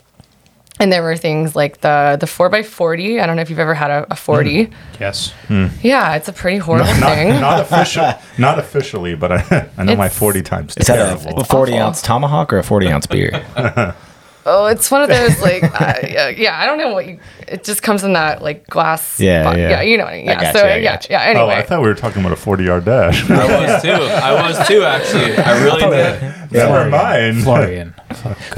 C: And there were things like the the four x forty. I don't know if you've ever had a, a forty.
B: Yes.
C: Yeah, it's a pretty horrible thing.
F: Mm. Not official, not officially, but I, I know my
C: It's-
F: 40 times
D: Is that
F: terrible.
D: a, a 40
C: awful.
D: ounce tomahawk or a 40 ounce beer?
C: Oh, it's one of those like, uh, yeah, yeah, I don't know what you. It just comes in that like glass.
D: Yeah,
C: bo-
D: yeah.
C: yeah, you know, yeah.
D: gotcha,
C: so
D: I
C: yeah,
D: gotcha.
C: yeah.
F: Oh, I
C: Anyway,
F: thought we were talking about a 40 yard dash.
E: I was too. I was too. Actually, I really
D: Oh,
E: did.
F: Never mind.
B: Florian.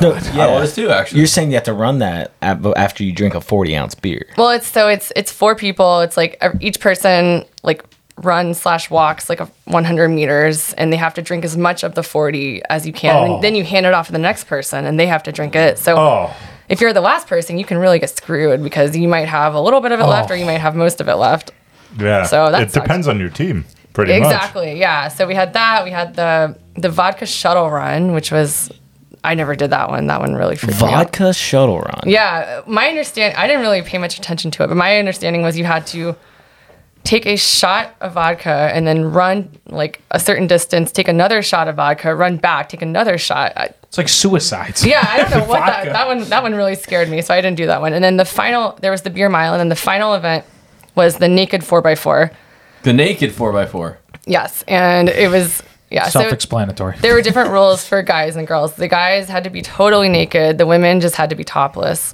D: no,
E: I was too. Actually,
D: You're saying you have to run that ab- after you drink a 40 ounce beer.
C: well, it's so it's it's four people. It's like ev- each person like runs slash walks like a 100 meters, and they have to drink as much of the 40 as you can.
F: Oh.
C: And then you hand it off to the next person, and they have to drink it. So
F: Oh,
C: if you're the last person, you can really get screwed because you might have a little bit of it
D: Oh.
C: left, or you might have most of it left.
F: yeah.
C: So that
F: it
C: sucks.
F: depends on your team, pretty much.
C: exactly yeah so we had that we had the the vodka shuttle run which was i never did that one that one really freaked me out
D: Vodka shuttle run.
C: yeah my understand i didn't really pay much attention to it but my understanding was you had to take a shot of vodka and then run like a certain distance take another shot of vodka run back take another shot I,
B: It's like suicides.
C: yeah, I don't know what that,
B: Vodka.
C: that one that one really scared me, so I didn't do that one. And then the final there was the beer mile, and then the final event was the naked four x four.
E: the naked four x four.
C: Yes, and it was
B: Uh,
C: yeah. so-
B: Self-explanatory.
C: there were different rules for guys and girls. The guys had to be totally naked. The women just had to be topless.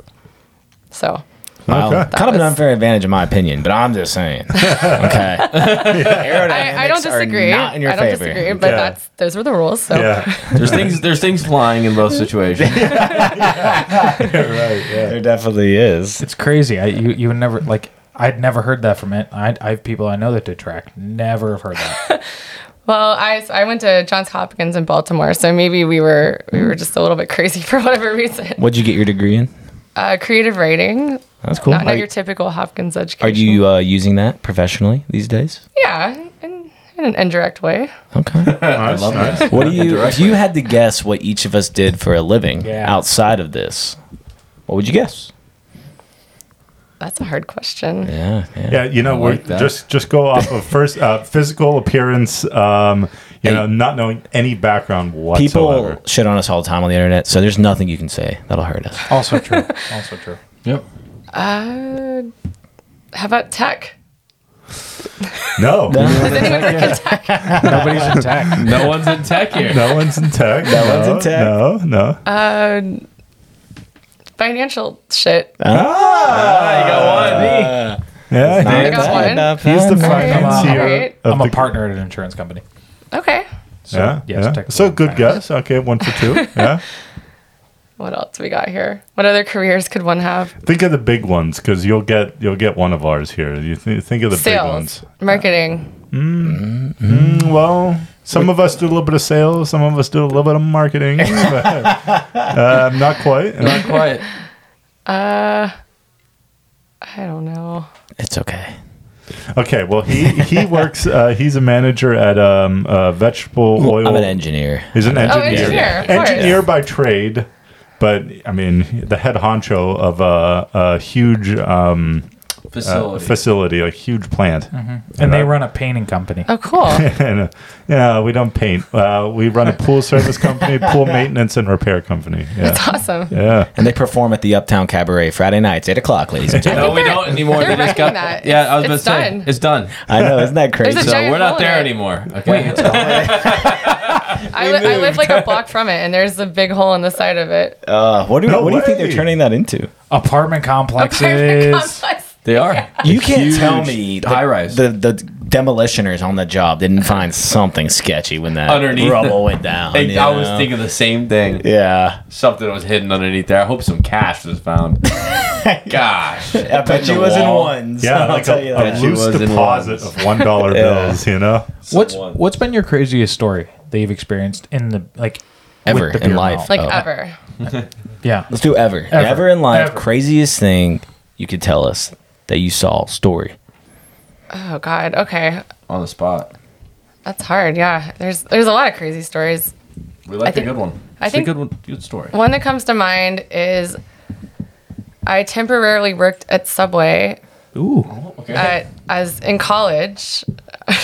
C: So
D: Wow.
F: Okay.
D: Kind of an
C: was-
D: unfair advantage, in my opinion, but I'm just saying. okay.
C: I, I don't
D: Aerodynamics are
C: disagree.
D: Not in your
C: I don't
D: favor.
C: disagree, but
F: Yeah.
C: that's those were the rules. So
F: Yeah.
E: There's things. There's things flying in both situations.
D: There definitely is.
B: It's crazy. I you, you would never like I'd never heard that from it. I I have people I know that did track. Never have heard that.
C: well, I so I went to Johns Hopkins in Baltimore, so maybe we were we were just a little bit crazy for whatever reason.
D: What'd you get your degree in?
C: Uh, creative writing,
D: That's cool.
C: not,
D: Oh. Are,
C: not your typical Hopkins
D: are
C: education.
D: you uh, using that professionally these days?
C: Yeah, in, in an indirect way.
D: Okay.
F: I love
D: What do you? If you had to guess what each of us did for a living
B: Yeah.
D: outside of this, What would you guess?
C: That's a hard question.
D: Yeah,
F: Yeah, you know,
D: I
F: we're
D: like that.
F: just just go off of first uh, physical appearance. Um, you
D: Hey.
F: know, not knowing any background
D: People
F: whatsoever.
D: shit on us all the time on the internet, so there's nothing you can say that'll hurt us.
B: Also true. Also true.
D: Yep.
C: Uh, how about tech?
F: No,
C: Does anyone work in tech?
B: Nobody's attacked.
G: No one's in tech here.
F: no one's in tech.
D: No one's in tech.
F: No, no.
C: Uh, financial shit.
F: yeah,
C: I got one.
F: he's the
B: I'm
F: financier.
B: a-
C: Alright.
F: of
B: I'm a
F: the-
B: partner at an insurance company.
C: Okay.
B: So,
F: Yeah,
B: yes,
F: yeah.
B: technically
F: So
B: I'm
F: good
B: financial.
F: guess. Okay, one for two. Yeah.
C: What else we got here? What other careers could one have?
F: think of the big ones because you'll get you'll get one of ours here. You th- think of the big
C: Sales,
F: ones. Mm,
C: marketing.
F: Well, some of us do a little bit of sales. Some of us do a little bit of marketing. but, uh, not quite.
G: Not quite.
D: Uh,
C: I don't know.
D: It's okay.
F: Okay, well he he works. Uh, he's a manager at um, uh, vegetable oil.
D: I'm an engineer.
F: He's an engineer.
C: engineer, of course.
F: Engineer by trade, but I mean the head honcho of a, a huge um, uh,
E: Facility.
F: facility, a huge plant.
D: Mm-hmm.
B: And they run a painting company.
C: Oh, cool.
F: And, uh, yeah, we don't paint. Uh, we run a pool service company, pool maintenance and repair company. Yeah,
C: That's awesome.
F: yeah.
D: And they perform at the Uptown Cabaret Friday nights, eight o'clock, ladies and gentlemen.
G: No, we don't anymore.
C: they're
G: They just got
C: writing that.
G: Yeah, I was
C: It's-
G: about to
C: it's
G: say it's done.
D: I know, isn't that crazy?
C: There's a
G: So
C: giant
G: we're
C: hole
G: not
C: in
G: there
C: it.
G: anymore. Okay.
C: I, li- I live like a block from it, and there's a big hole in the side of it.
D: Uh, what do,
F: No
D: what do you think
F: way.
D: they're turning that into?
B: Apartment complexes.
C: Apartment complex.
G: They are.
D: You
G: It's
D: can't
G: huge
D: tell me the,
G: high rise.
D: The, the demolitioners on the job didn't find something sketchy when that
G: Underneath
D: rubble
G: the-
D: went down.
G: Hey,
D: you
G: I was
D: know?
G: thinking the same thing.
D: Yeah,
G: Something was hidden underneath there. I hope some cash was found. Gosh.
D: I bet you
G: the
D: was in
G: wall.
D: ones.
F: Yeah,
D: I'll
F: like
D: tell
F: a,
D: you
F: a
D: that.
G: She
F: loose
G: was in
F: deposit
G: ones.
F: of one dollar bills. You know,
B: What's
G: Someone-
B: what's been your craziest story that you've experienced in the like
D: Ever
B: with the
D: in
B: beer
D: life.
B: mile?
C: Like
D: Oh.
C: ever.
B: yeah,
D: Let's do ever. Ever, in life,
B: Ever.
D: craziest thing you could tell us that you saw story.
C: Oh God. Okay.
G: On the spot.
C: That's hard. Yeah. There's there's a lot of crazy stories.
G: We like
C: I
G: the
C: think-
G: good one.
C: I
G: It's
C: think-
G: a good one, good story.
C: One that comes to mind is I temporarily worked at Subway
G: Okay.
C: at, Uh, as in college.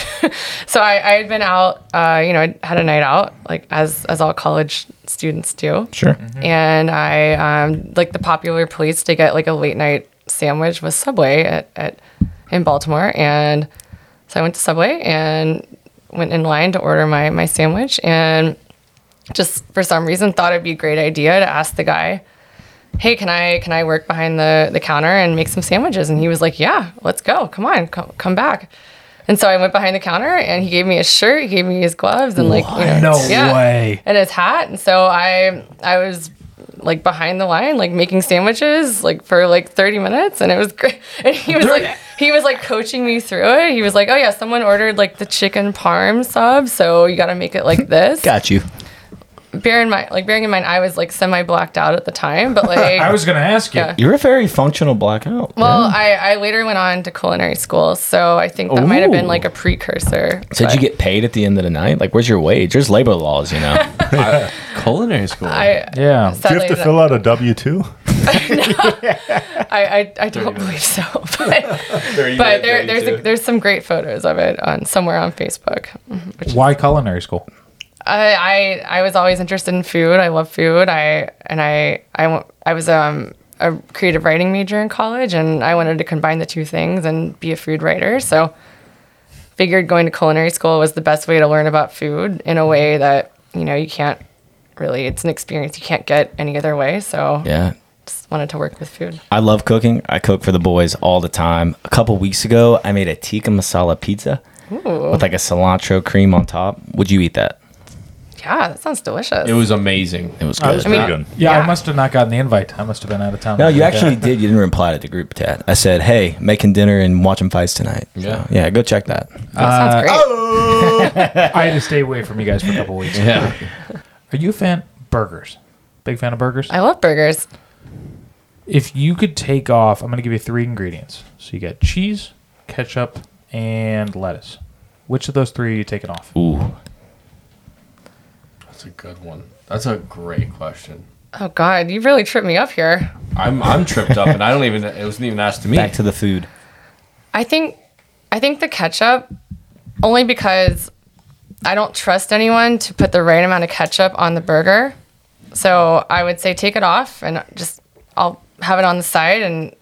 C: so I, I had been out, uh, you know, I had a night out, like as as all college students do.
D: Sure.
C: And I um, like the popular place to get like a late night sandwich was Subway at, at in Baltimore, and so I went to Subway and went in line to order my my sandwich, and just for some reason thought it'd be a great idea to ask the guy hey can i can i work behind the the counter and make some sandwiches and he was like yeah let's go come on come, come back and so i went behind the counter and he gave me his shirt he gave me his gloves and like you know,
B: No way.
C: and his hat and so i i was like behind the line like making sandwiches like for like 30 minutes and it was great and he was like he was like coaching me through it he was like oh yeah someone ordered like the chicken parm sub so you got to make it like this
D: Got you.
C: bear in mind, like bearing in mind, I was like semi blacked out at the time, but like,
B: I was gonna ask you.
C: Yeah.
D: You're a very functional blackout.
C: well,
D: yeah.
C: I, I later went on to culinary school, so I think that might have been like a precursor.
D: so did
C: but
D: you get paid at the end of the night? Like, where's your wage? There's labor laws, you know.
G: Culinary school.
C: I
B: Yeah,
F: do you have
C: sadly,
F: to
C: that-
F: fill out a W two?
C: I, I, I don't believe so, but,
E: Thirty
C: but
E: minute,
C: there, there's a,
E: 32.
C: there's some great photos of it on somewhere on Facebook.
B: why culinary school?
C: I, I I was always interested in food. I love food. I and I I wa- I was um a creative writing major in college, and I wanted to combine the two things and be a food writer. So, figured going to culinary school was the best way to learn about food in a way that you know you can't really. It's an experience you can't get any other way. So,
D: yeah.
C: just wanted to work with food.
D: I love cooking. I cook for the boys all the time. A couple weeks ago, I made a tikka masala pizza with like a cilantro cream on top. Would you eat that?
C: Yeah, that sounds delicious.
G: it was amazing.
D: It was
F: That
D: good.
F: was pretty
C: mean-
F: good.
B: Yeah, I
C: Yeah.
B: must have not gotten the invite. I must have been out of town.
D: no, you actually did. You didn't reply to the group chat. I said, "Hey, making dinner and watching fights tonight." So,
G: Yeah.
D: yeah, go check that.
C: that sounds great.
B: I had to stay away from you guys for a couple weeks.
G: Yeah.
B: Are you a fan burgers? Big fan of burgers.
C: I love burgers.
B: If you could take off, I'm gonna give you three ingredients. So you got cheese, ketchup, and lettuce. Which of those three are you taking off?
D: Ooh,
G: That's a good one. That's a great question.
C: Oh God, you really tripped me up here.
E: I'm I'm tripped up, and I don't even. It wasn't even asked to me.
D: Back to the food.
C: I think I think the ketchup only because I don't trust anyone to put the right amount of ketchup on the burger. So I would say take it off and just I'll have it on the side and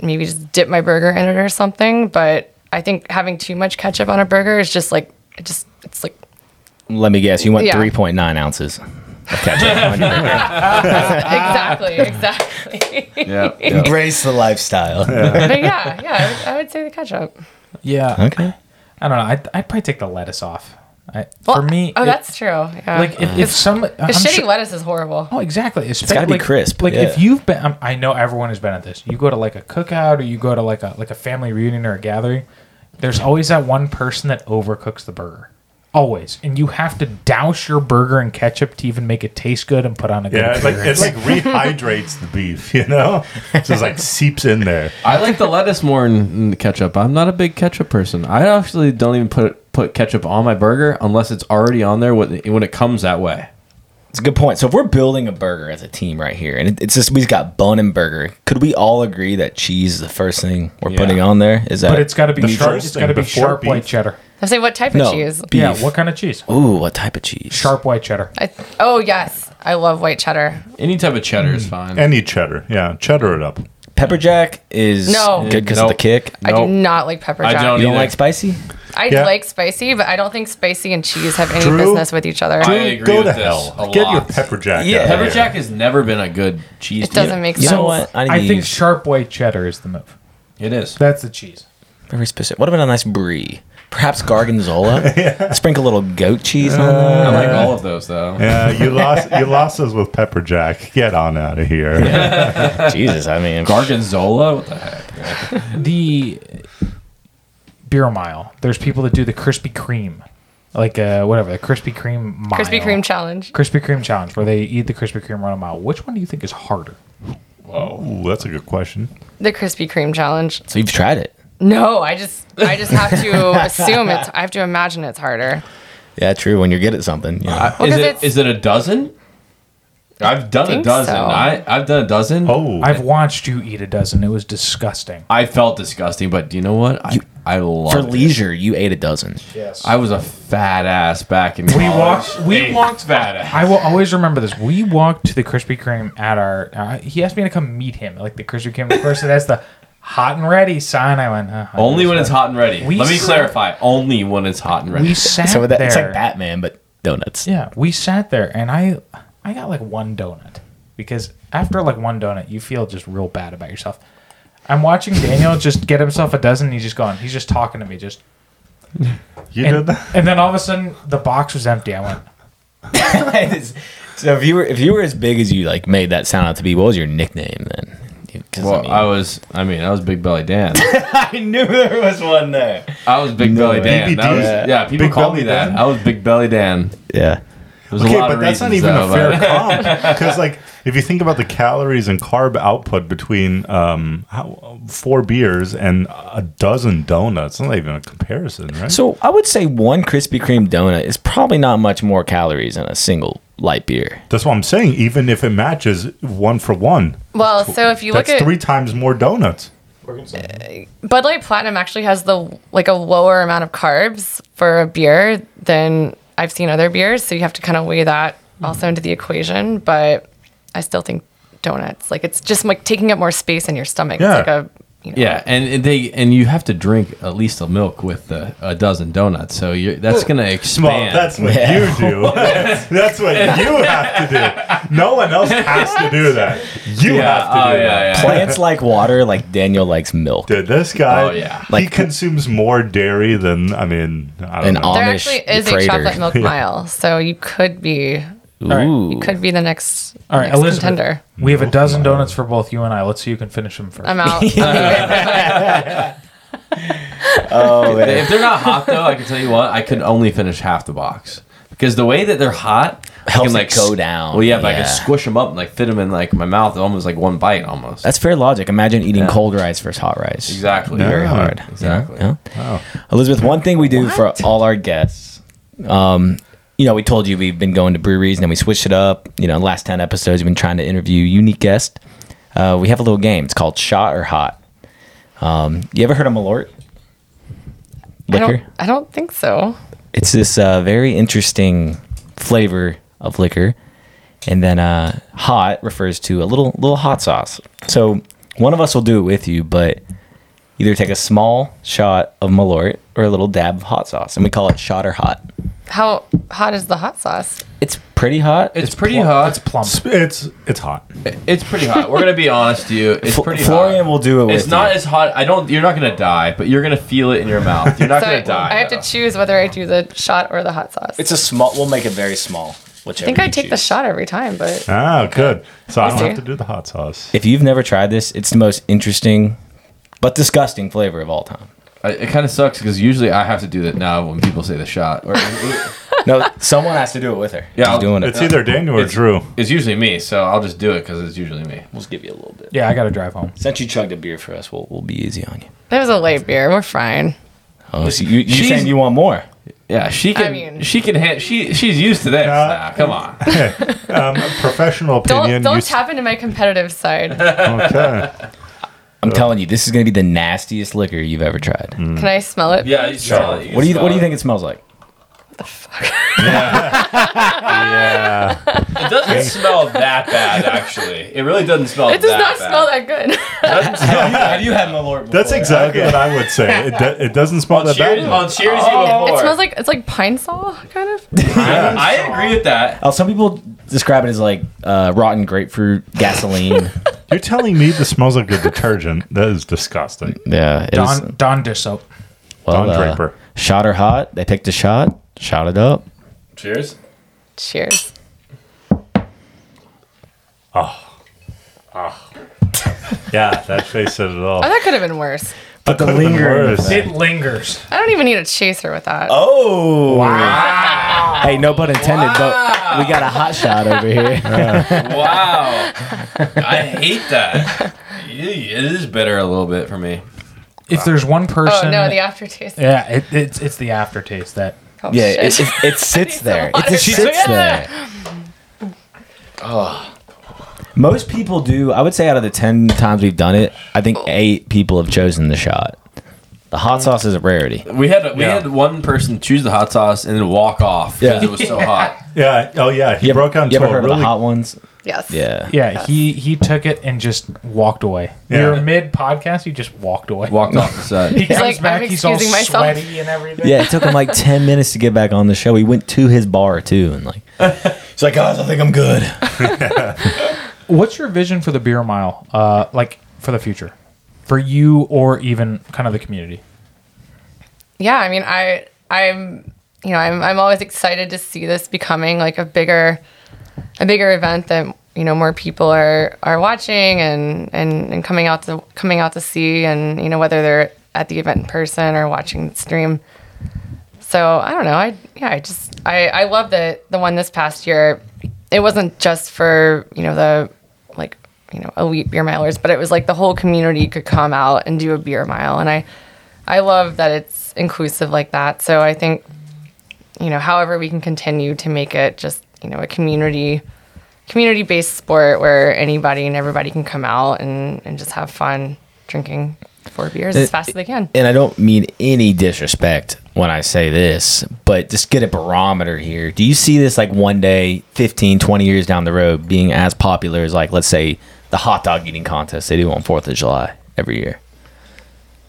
C: maybe just dip my burger in it or something. But I think having too much ketchup on a burger is just like it just it's like
D: Let me guess. You want
C: Yeah.
D: 3.9 ounces of ketchup on your burger.
C: exactly exactly.
E: yeah.
D: Embrace the lifestyle.
C: but yeah yeah I would, I would say the ketchup.
B: Yeah,
D: Okay.
B: I don't know. I'd, I'd probably take the lettuce off. I,
C: Well,
B: for me,
C: oh
B: it-
C: that's true. Yeah.
B: like if, if some
C: the
B: I'm
C: shitty
B: sure-
C: lettuce is horrible.
B: Oh, exactly. It's
D: gotta be crisp,
B: Like if
D: yeah.
B: you've been, I'm- I know everyone has been at this. You go to like a cookout, or you go to like a like a family reunion or a gathering. There's always that one person that overcooks the burger, always, and you have to douse your burger in ketchup to even make it taste good and put on a good.
F: Yeah, it's like
B: appearance.
F: it's like rehydrates the beef, you know? So it's like seeps in there.
E: I like the lettuce more than than the ketchup. I'm not a big ketchup person. I actually don't even put put ketchup on my burger unless it's already on there when when it comes that way.
D: It's a good point. So if we're building a burger as a team right here, and it, it's just we've got bun and burger, could we all agree that cheese is the first thing we're
E: Yeah.
D: putting on there? Is that
B: but it's got to be
F: The
B: sharp.
F: first
B: It's got to
F: thing
B: be
F: before
B: sharp white
F: beef.
B: cheddar.
C: I say what type of
D: no
C: cheese?
D: beef? Oh,
B: Yeah, what kind of cheese?
D: Ooh, what type of cheese?
B: Sharp white cheddar.
C: I, oh yes, I love white cheddar.
E: Any type of cheddar is fine.
F: Any cheddar, yeah, cheddar it up.
D: Pepper jack is
C: No.
D: good because of
E: Nope.
D: the kick.
C: I do
E: Nope.
C: not like pepper
E: I
C: jack. I,
E: don't
D: You don't
E: Neither.
D: like spicy?
F: Yeah.
C: like spicy, but I don't think spicy and cheese have any
F: Drew?
C: business with each other.
E: I agree
F: Go
E: with
F: to
E: this
F: hell.
E: a
F: Get
E: lot.
F: your pepper jack.
D: Yeah.
F: out of
E: Pepper
F: here.
E: jack has never been a good cheese.
C: it doesn't make
D: You
C: sense.
D: know what? I, need
B: I
D: to
B: think
D: use
B: sharp white cheddar is the move.
E: It is.
B: That's the cheese.
D: very specific. What about a nice brie? Perhaps gargonzola. Sprinkle a little goat cheese on there.
E: I like all of those though.
F: Yeah, you lost you lost us with pepper jack. Get on out of here.
D: Jesus, I mean,
E: Gargonzola. What the heck?
B: the beer mile. There's people that do the Krispy Kreme, like uh, whatever the Krispy Kreme mile.
C: Krispy Kreme challenge.
B: Krispy Kreme challenge, where they eat the Krispy Kreme run a mile. Which one do you think is harder?
F: Ooh, that's a good question.
C: The Krispy Kreme challenge.
D: so you've tried it.
C: No, I just I just have to assume it's. I have to imagine it's harder.
D: Yeah, true. When you're good at something, you know.
C: Well,
E: is
C: 'cause
E: it
C: it's-
E: is it a dozen? I've done a
C: think
E: dozen.
C: so.
E: I I've done a dozen.
F: Oh,
B: I've watched you eat a dozen. It was disgusting.
E: I felt disgusting, but do you know what? I I love
D: for
E: it.
D: leisure, you ate a dozen.
B: Yes.
E: I was a fat ass back in.
B: we
E: college.
B: walked. We
E: Hey,
B: walked.
E: fat ass.
B: I will always remember this. We walked to the Krispy Kreme at our. Uh, he asked me to come meet him. Like the Krispy Kreme person has the hot and ready sign. I went.
D: Oh.
B: Uh,
E: Only when it's hot and ready.
B: We
E: Let me
B: sat-
E: clarify. Only when it's hot and ready.
B: We sat
D: So that,
B: there.
D: it's like Batman, but donuts.
B: Yeah, we sat there and I I got like one donut because after like one donut, you feel just real bad about yourself. I'm watching Daniel just get himself a dozen. And he's just gone. He's just talking to me. Just
F: you did
B: and,
F: that.
B: and then all of a sudden, the box was empty. I went.
D: so if you were if you were as big as you like made that sound out to be, what was your nickname then? 'Cause,
E: Well,
D: I, mean,
E: I was. I mean, I was Big Belly Dan.
D: I knew there was one there.
E: I was Big Belly
D: way.
E: Dan. That
F: BBD?
E: was-
F: Yeah.
E: yeah, people
F: Big
E: call
F: Belly
E: me that.
F: Dan?
E: I was Big Belly Dan.
D: Yeah.
E: There's
F: Okay,
E: a lot
F: but
E: of
F: that's not
E: reasons,
F: even
E: though,
F: a fair
E: but-
F: comp because, like, if you think about the calories and carb output between um, how, four beers and a dozen donuts, not even a comparison, right?
D: So I would say one Krispy Kreme donut is probably not much more calories than a single light beer.
F: That's what I'm saying. Even if it matches one for one,
C: Well, so if you look
F: that's
C: at
F: three times more donuts.
C: Bud Light Platinum, actually has the like a lower amount of carbs for a beer than I've seen other beers, so you have to kind of weigh that also into the equation. But I still think donuts, like it's just like taking up more space in your stomach.
F: Yeah.
C: It's like a you know,
E: Yeah, and and they and you have to drink at least a milk with a, a dozen donuts. So you're, that's gonna expand.
F: Well, that's what you do. that's what you have to do. No one else has to do that. You
E: yeah,
F: have to
E: oh,
F: do that.
E: yeah, yeah.
D: Plants like water, like Daniel likes milk.
F: Dude, this guy,
E: Oh, yeah.
F: he
D: Like-
F: consumes more dairy than, I mean, I don't
D: An
F: know.
D: all-
C: there
D: Amish
C: actually is a
D: freighter.
C: chocolate milk mile, so you could be
D: Ooh.
C: could be the next,
B: All right,
C: next
B: Elizabeth,
C: contender.
B: we have a dozen donuts for both you and I. Let's see who can finish them first.
C: I'm out.
E: if they're not hot though, I can tell you what, I could only finish half the box because the way that they're hot I
D: Helps
E: can,
D: it go
E: s-
D: down,
E: Well, yeah, but I
D: yeah.
E: can squish them up and like fit them in like my mouth, almost like one bite, almost.
D: That's fair logic. Imagine eating cold rice versus hot rice.
E: exactly
D: Very hard.
E: Exactly.
D: Yeah. Elizabeth, one thing we do for all our guests, um, you know, we told you we've been going to breweries and then we switched it up. You know, last 10 episodes, we've been trying to interview unique guests. Uh, we have a little game. It's called Shot or Hot. Um, you ever heard of Malort?
C: I
D: Liquor?
C: don't, I don't think so.
D: it's this uh, very interesting flavor of liquor, and then uh, hot refers to a little little hot sauce. So one of us will do it with you, but either take a small shot of Malort or a little dab of hot sauce, and we call it shot or hot.
C: How hot is the hot sauce?
D: It's pretty hot.
E: It's, pretty hot.
B: It's plump.
F: It's it's hot.
E: It's pretty hot. We're gonna be honest to you. It's
D: Fl-
E: pretty
D: Florian
E: hot.
D: will do it with
E: It's not
D: you.
E: as hot. I don't. You're not gonna die, but you're gonna feel it in your mouth. You're not
C: so I,
E: gonna die.
C: I have to
E: though.
C: choose whether I do the shot or the hot sauce.
D: It's a small. We'll make it very small. Whichever
C: I think I
D: you
C: take the
D: choose.
C: shot every time, but
F: Ah, good. So I don't
C: see.
F: have to do the hot sauce.
D: If you've never tried this, it's the most interesting but disgusting flavor of all time.
E: I- it kind of sucks because usually I have to do that now when people say the shot. Or,
D: No, someone has to do it with her.
E: Yeah,
D: She's doing it.
F: It's either Daniel or
E: It's-
F: Drew.
E: it's usually me, so I'll just do it because it's usually me.
D: We'll give you a little bit.
B: Yeah, I gotta drive home.
D: Since you chugged a beer for us, we'll, we'll be easy on you.
C: it was a light beer. We're fine.
D: Oh, so you, you
E: She's-
D: saying you want more?
E: Yeah, she can.
C: mean-
E: she can hit. She she's used to this. now. Come on.
F: Um, professional
C: Don't
F: opinion. you
C: don't
F: s-
C: tap into my competitive side.
F: okay.
D: I'm telling you, this is going to be the nastiest liquor you've ever tried.
C: Can I smell it?
E: Yeah, you smell it.
D: What do you What do
E: smell
D: you
E: it.
D: think it smells like?
F: Yeah.
E: It doesn't smell that bad, actually. It really doesn't smell.
C: It does not
E: bad.
C: smell that good.
D: Have you had Malort?
F: That's exactly what I would say. It, do, it doesn't smell
E: On
F: that
E: Cheers,
F: bad.
E: on Cheers, even more.
C: Oh. it smells like it's like pine sol kind of.
E: I, I agree with that.
D: Oh, some people describe it as like uh, rotten grapefruit gasoline.
F: You're telling me this smells like a detergent. That is disgusting.
D: yeah, it was-
B: Don Don Dissoap.
D: well,
F: Don
D: uh,
F: Draper.
D: shot her hot. They picked a shot, shot it up.
E: Cheers.
C: Cheers.
F: Yeah, that face said it all.
C: Oh, that could have been worse.
F: But the
D: lingering
B: It lingers.
C: I don't even need a chaser with that.
D: Oh, wow! Hey, no pun intended, but we got a hot shot over here.
E: Wow. I hate that. Yeah, It is bitter a little bit for me.
B: If there's one
C: Oh
B: person,
C: no, the aftertaste.
B: yeah, it, it's it's the aftertaste that
C: Oh,
D: yeah,
C: shit.
D: it, it, it sits there. It
C: water.
D: just
C: She's
D: sits there. Oh. Most people do. I would say out of the 10 times we've done it, I think eight people have chosen the shot. The hot sauce is a rarity.
E: We had we
F: Yeah.
E: had one person choose the hot sauce and then walk off because
D: Yeah.
E: it was so hot.
F: Yeah. Oh, yeah. He
D: You ever-
F: broke on
D: You ever
F: tour.
D: heard of
F: Really,
D: the hot ones?
C: yes.
D: Yeah.
B: Yeah, he he took it and just walked away. We
F: Yeah.
B: were mid podcast. He just walked away.
E: Walked off the set.
B: he comes
C: like,
B: back.
C: "I'm
B: he's all
C: excusing myself."
B: sweaty and everything.
D: Yeah, it took him like 10 minutes to get back on the show. He went to his bar too and like, he's like, guys, I think I'm good.
B: What's your vision for the beer mile? Uh, like for the future, for you or even kind of the community.
C: yeah i mean i i'm you know i'm i'm always excited to see this becoming like a bigger a bigger event that you know more people are are watching and and and coming out to coming out to see and you know whether they're at the event in person or watching the stream so i don't know i yeah i just i i love that the one this past year it wasn't just for you know the like you know elite beer milers but it was like the whole community could come out and do a beer mile and i I love that it's inclusive like that. So I think, you know, however we can continue to make it just, you know, a community community based sport where anybody and everybody can come out and, and just have fun drinking four beers as
D: Uh,
C: fast as they can.
D: and I don't mean any disrespect when I say this, but just get a barometer here. Do you see this like one day, 15, 20 years down the road, being as popular as like, let's say, the hot dog eating contest they do on 4th of July every year?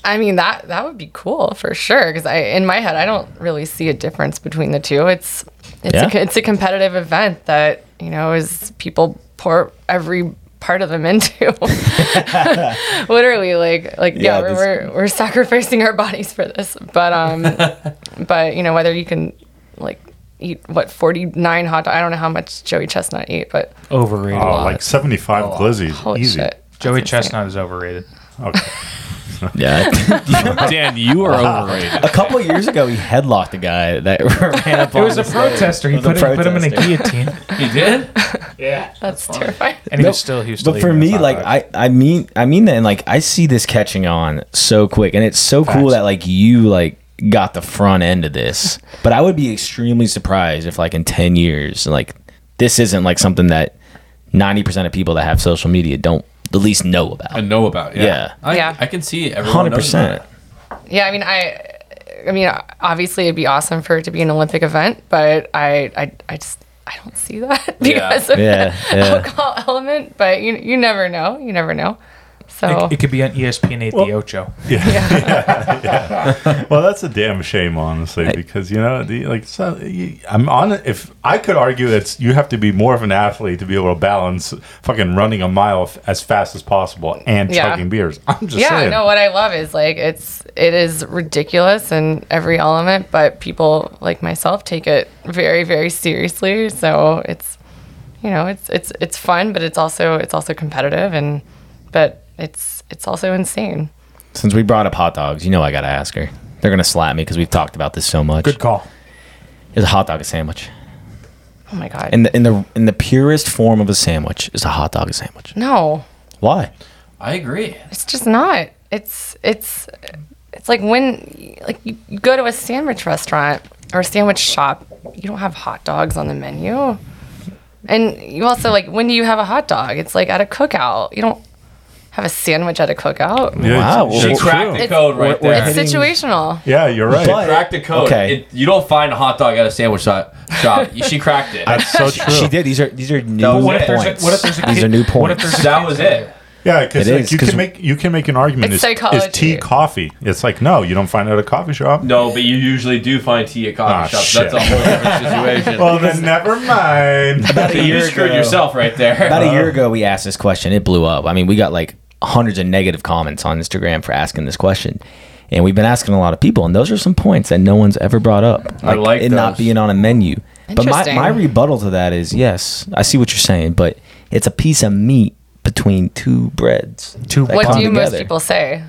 C: I mean that that would be cool for sure because I in my head I don't really see a difference between the two. It's it's
D: Yeah.
C: a, co- it's a competitive event that you know is people pour every part of them into. Literally, like like yeah,
D: Yeah,
C: we're,
D: this-
C: we're we're sacrificing our bodies for this, but um, but you know whether you can like eat what forty nine hot. I don't know how much Joey Chestnut ate, but
B: Overrated.
F: oh, like 75 glizzies.
C: holy
F: Easy.
C: shit.
B: Joey Chestnut is overrated.
F: Okay.
D: Yeah.
E: Dan, you are overrated.
D: a couple of years ago, he headlocked a guy that ran up
B: It was
D: on
B: a
D: the
B: protester. He
D: It was a
B: put, him, put him in a
D: protester.
B: guillotine.
E: You did?
B: yeah,
C: That's terrifying.
B: and he
D: No,
B: was still he was still.
D: But for
B: eating his
D: me,
B: hot
D: like
B: dog.
D: I, I mean, I mean that, and like I see this catching on so quick, and it's so cool
B: Facts.
D: that like you like got the front end of this. But I would be extremely surprised if, like, in 10 years, like, this isn't like something that 90% of people that have social media don't at least know
G: I
D: about.
G: know about. Yeah.
D: Yeah.
G: I,
C: Yeah.
G: I can see everyone. 100%.
D: 100%.
C: Yeah, I mean, I, I mean, obviously it'd be awesome for it to be an Olympic event, but I, I, I just, I don't see that because of
D: Yeah.
C: the
D: yeah.
C: alcohol element. But you, you never know. You never know. So
B: It, it could be on ESPN eight the Ocho.
F: Well, that's a damn shame, honestly, because you know, the, like, so, you, I'm on. If I could argue that you have to be more of an athlete to be able to balance fucking running a mile f- as fast as possible and
C: Yeah.
F: chugging beers. I'm just
C: yeah,
F: saying.
C: no, what I love is like it's it is ridiculous in every element, but people like myself take it very very seriously. So it's you know it's it's it's fun, but it's also it's also competitive and but it's it's also insane.
D: Since we brought up hot dogs, you know, I got to ask her. They're going to slap me because we've talked about this so much.
B: Good call.
D: Is a hot dog a sandwich?
C: Oh my god.
D: In the, in the in the purest form of a sandwich is a hot dog a sandwich.
C: no,
D: Why?
E: I agree.
C: it's just not. It's it's it's like when like you you go to a sandwich restaurant or a sandwich shop, you don't have hot dogs on the menu. And you also like when do you have a hot dog? It's like at a cookout. You don't have a sandwich at a cookout.
F: Yeah,
D: Wow.
F: it's-
E: She
D: Well,
F: it's-
E: cracked the
C: It's-
E: code right
D: we're-
E: there.
C: It's
D: hitting-
C: situational.
F: yeah, you're right.
D: But-
E: cracked the code.
D: Okay.
E: It, you don't find a hot dog at a sandwich shop. shop. She cracked it.
F: that's so true.
D: She did. These are these are new
E: But what
B: if there's
D: points.
B: a- what if there's a
D: these
B: kid-
D: are new
B: what if
D: points.
B: there's a
E: that was it.
F: Yeah, because
D: It
F: like,
D: is,
F: you
D: 'cause-
F: can make you can make an argument.
C: It's
F: Is, is
C: psychology.
F: tea coffee? It's like no, you don't find it at a coffee shop.
E: No, but you usually do find tea at
F: Ah,
E: coffee shops.
F: shit.
E: That's a whole different situation.
F: Well, then never mind.
D: About a
E: you
D: year
E: screwed
D: ago-
E: yourself right there.
D: About a year ago, we asked this question. It blew up. I mean, we got like hundreds of negative comments on Instagram for asking this question, and we've been asking a lot of people. And those are some points that no one's ever brought up. Like,
E: I like
D: it not
E: those.
D: being on a menu. But my,
C: Interesting.
D: my rebuttal to that is yes, I see what you're saying, but it's a piece of meat between two breads.
B: Two
D: that
C: What
D: come
C: do you most
D: together.
C: people say?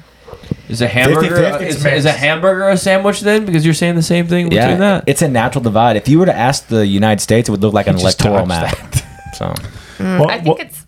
G: Is a hamburger
D: 50-50,
G: is,
D: it's
G: is a
D: mixed.
G: hamburger a sandwich then? Because you're saying the same thing between that.
D: It's a natural divide. If you were to ask the United States, it would look like an
B: just
D: electoral map.
B: dodged
D: So
F: Well,
C: I think
F: well-
C: it's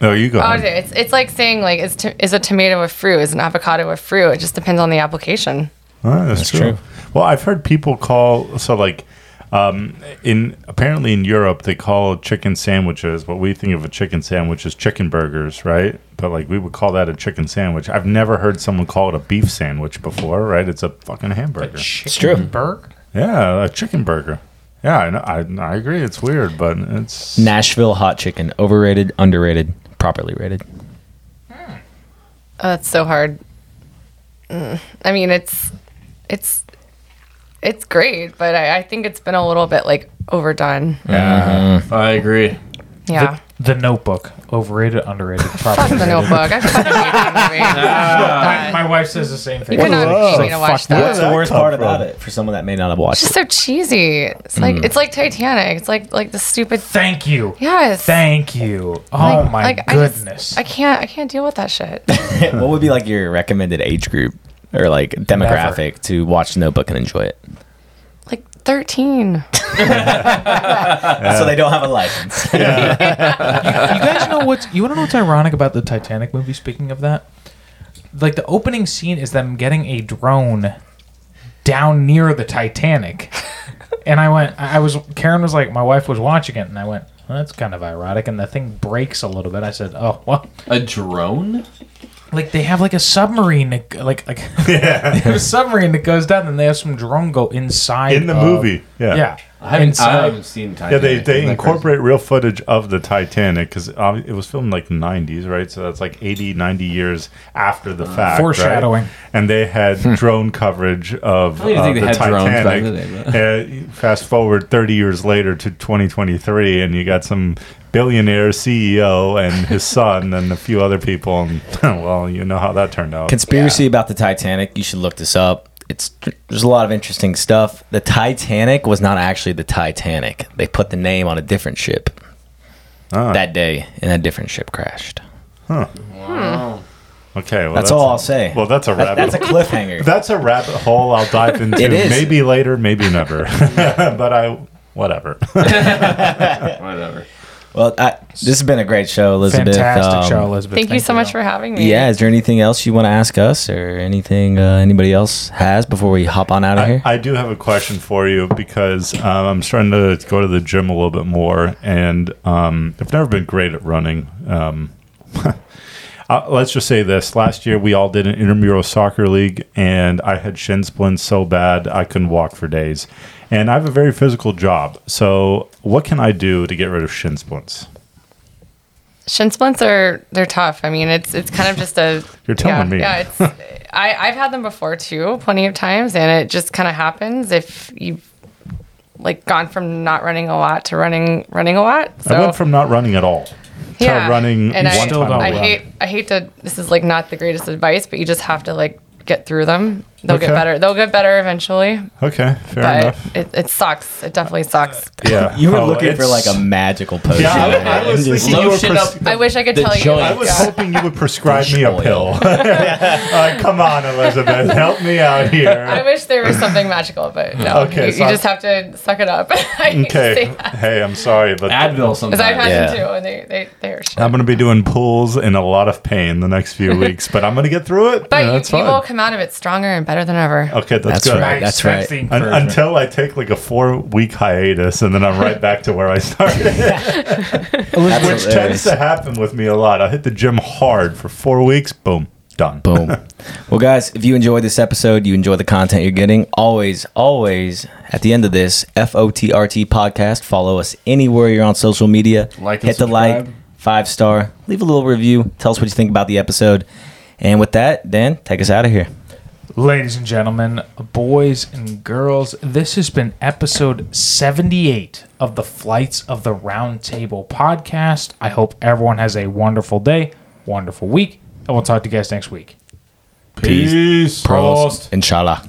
F: No, you go.
C: oh,
F: ahead.
C: dude, it's it's like saying like is to, is a tomato a fruit? Is an avocado a fruit? It just depends on the application.
F: Ah, that's, true.
D: true.
F: Well, I've heard people call so like um, in apparently in Europe they call chicken sandwiches what we think of a chicken sandwich is chicken burgers, right? But like we would call that a chicken sandwich. I've never heard someone call it a beef sandwich before, right? It's a fucking hamburger.
B: It's
D: true.
B: Berg?
F: yeah, a chicken burger. Yeah, I, know, I I agree. It's weird, but it's
D: Nashville hot chicken, overrated, underrated, properly rated.
C: Oh, that's so hard. Mm. I mean, it's it's it's great, but I, I think it's been a little bit like overdone.
B: Mm.
E: I agree.
C: Yeah.
B: The Notebook. Overrated, underrated,
C: Fuck
B: properly
C: the
B: rated.
C: Notebook. I fucking hate that movie.
B: My wife says the same thing.
C: You cannot
F: Whoa.
C: make me to watch
D: What's
C: that.
D: the worst
F: come
D: part
F: from?
D: about it for someone that may not have watched
C: It's just
D: it?
C: so cheesy. It's like
B: Mm.
C: it's like Titanic. It's like like the stupid.
B: Thank you.
C: Yes.
B: Thank you. Oh my
C: like, I just-
B: goodness.
C: I can't. I can't deal with that shit.
D: what would be like your recommended age group or like demographic to watch Notebook and enjoy it?
C: Like thirteen.
D: So they don't have a license.
B: you guys know what's you want to know what's ironic about the Titanic movie? Speaking of that, like the opening scene is them getting a drone down near the Titanic, and I went. I I was Karen was like my wife was watching it, and I went. Well, that's kind of ironic, and the thing breaks a little bit. I said, "Oh well,
E: A drone?
B: like they have like a submarine, that, like like they have a submarine that goes down, and they have some drone go inside
F: in the
B: of-
F: movie. Yeah.
B: Yeah,
E: I haven't, I
B: Inside.
E: haven't seen
F: Yeah,
E: Titanic.
F: they, they
E: Isn't that crazy?
F: incorporate real footage of the Titanic because it was filmed like the 90s, right? So that's like 80, 90 years after the fact. right?
B: foreshadowing.
F: And they had drone coverage of
G: don't even
F: uh,
G: think
F: the
G: they had drones back
F: Titanic.
G: in the
F: Uh, fast forward 30 years later to 2023, and you got some billionaire CEO and his son and a few other people. And well, you know how that turned out.
D: Conspiracy about the Titanic. You should look this up. It's there's a lot of interesting stuff. The Titanic was not actually the Titanic. They put the name on a different ship
F: Ah,
D: that day, and a different ship crashed.
F: okay, well,
D: That's, all I'll say.
F: Well, that's a rabbit.
D: that's a cliffhanger.
F: That's a rabbit hole I'll dive into.
D: It is.
F: Maybe later, maybe never. but I, whatever.
E: Whatever.
D: Well, I, this has been a great show, Elizabeth.
B: Fantastic
D: Um,
B: show, Elizabeth.
C: Thank, you so much for having me.
D: Yeah, is there anything else you want to ask us or anything uh, anybody else has before we hop on out of here?
F: I, I do have a question for you because um, I'm starting to go to the gym a little bit more, and um, I've never been great at running. Um, uh, let's just say this: last year we all did an intramural soccer league, and I had shin splints so bad I couldn't walk for days. And I have a very physical job, so what can I do to get rid of shin splints?
C: Shin splints are they're tough. I mean, it's it's kind of just a
F: You're telling
C: yeah,
F: me.
C: Yeah, it's I I've had them before too, plenty of times, and it just kind of happens if you've like gone from not running a lot to running running a lot. So
F: I went from not running at all to running
C: and I,
F: one time. a
C: I
F: week.
C: hate I hate to. This is like not the greatest advice, but you just have to like get through them. They'll get
F: Okay.
C: better. They'll get better eventually.
F: Okay, fair
C: But
F: enough.
C: it, it sucks. It definitely sucks.
F: Yeah,
D: You were
F: Oh,
D: looking for
F: it's-
D: like a magical potion.
F: Yeah, I, I was
D: And just-
F: thinking you were
E: Lotion up
F: pres-
C: I wish I could
E: The
C: tell you.
E: joint.
F: I was
C: Yeah.
F: hoping you would prescribe me a pill. Uh, come on, Elizabeth, help me out
C: I
F: here.
C: wish there was something magical, but no.
F: Okay,
C: you,
F: so
C: you
F: I-
C: just have to suck it up.
F: Okay, hey, I'm sorry, but
G: Advil
C: Because I've had
G: sometimes.
C: them
D: Yeah.
C: too, and they they they are shit.
F: I'm gonna be doing pulls in a lot of pain the next few weeks, but I'm gonna get through it.
C: but
F: Yeah,
C: you,
F: that's
C: you will
F: fine.
C: come out of it stronger and better than ever.
F: Okay,
D: That's
F: that's, good.
D: right. That's right.
F: Un- until I take like a four week hiatus and then I'm right back to where I started,
D: That's
F: which tends
D: hilarious.
F: to happen with me a lot. I hit the gym hard for four weeks, boom, done.
D: Boom. Well, guys, if you enjoyed this episode, you enjoy the content you're getting, always, always, at the end of this FOTRT podcast, follow us anywhere you're on social media.
G: Like and
D: Hit the like,
G: subscribe.
D: five star, leave a little review, tell us what you think about the episode. And with that, Dan, take us out of here.
B: Ladies and gentlemen, boys and girls, this has been episode 78 of the Flights of the Round Table podcast. I hope everyone has a wonderful day, wonderful week, and we'll talk to you guys next week.
D: Peace.
G: Prost.
D: Inshallah.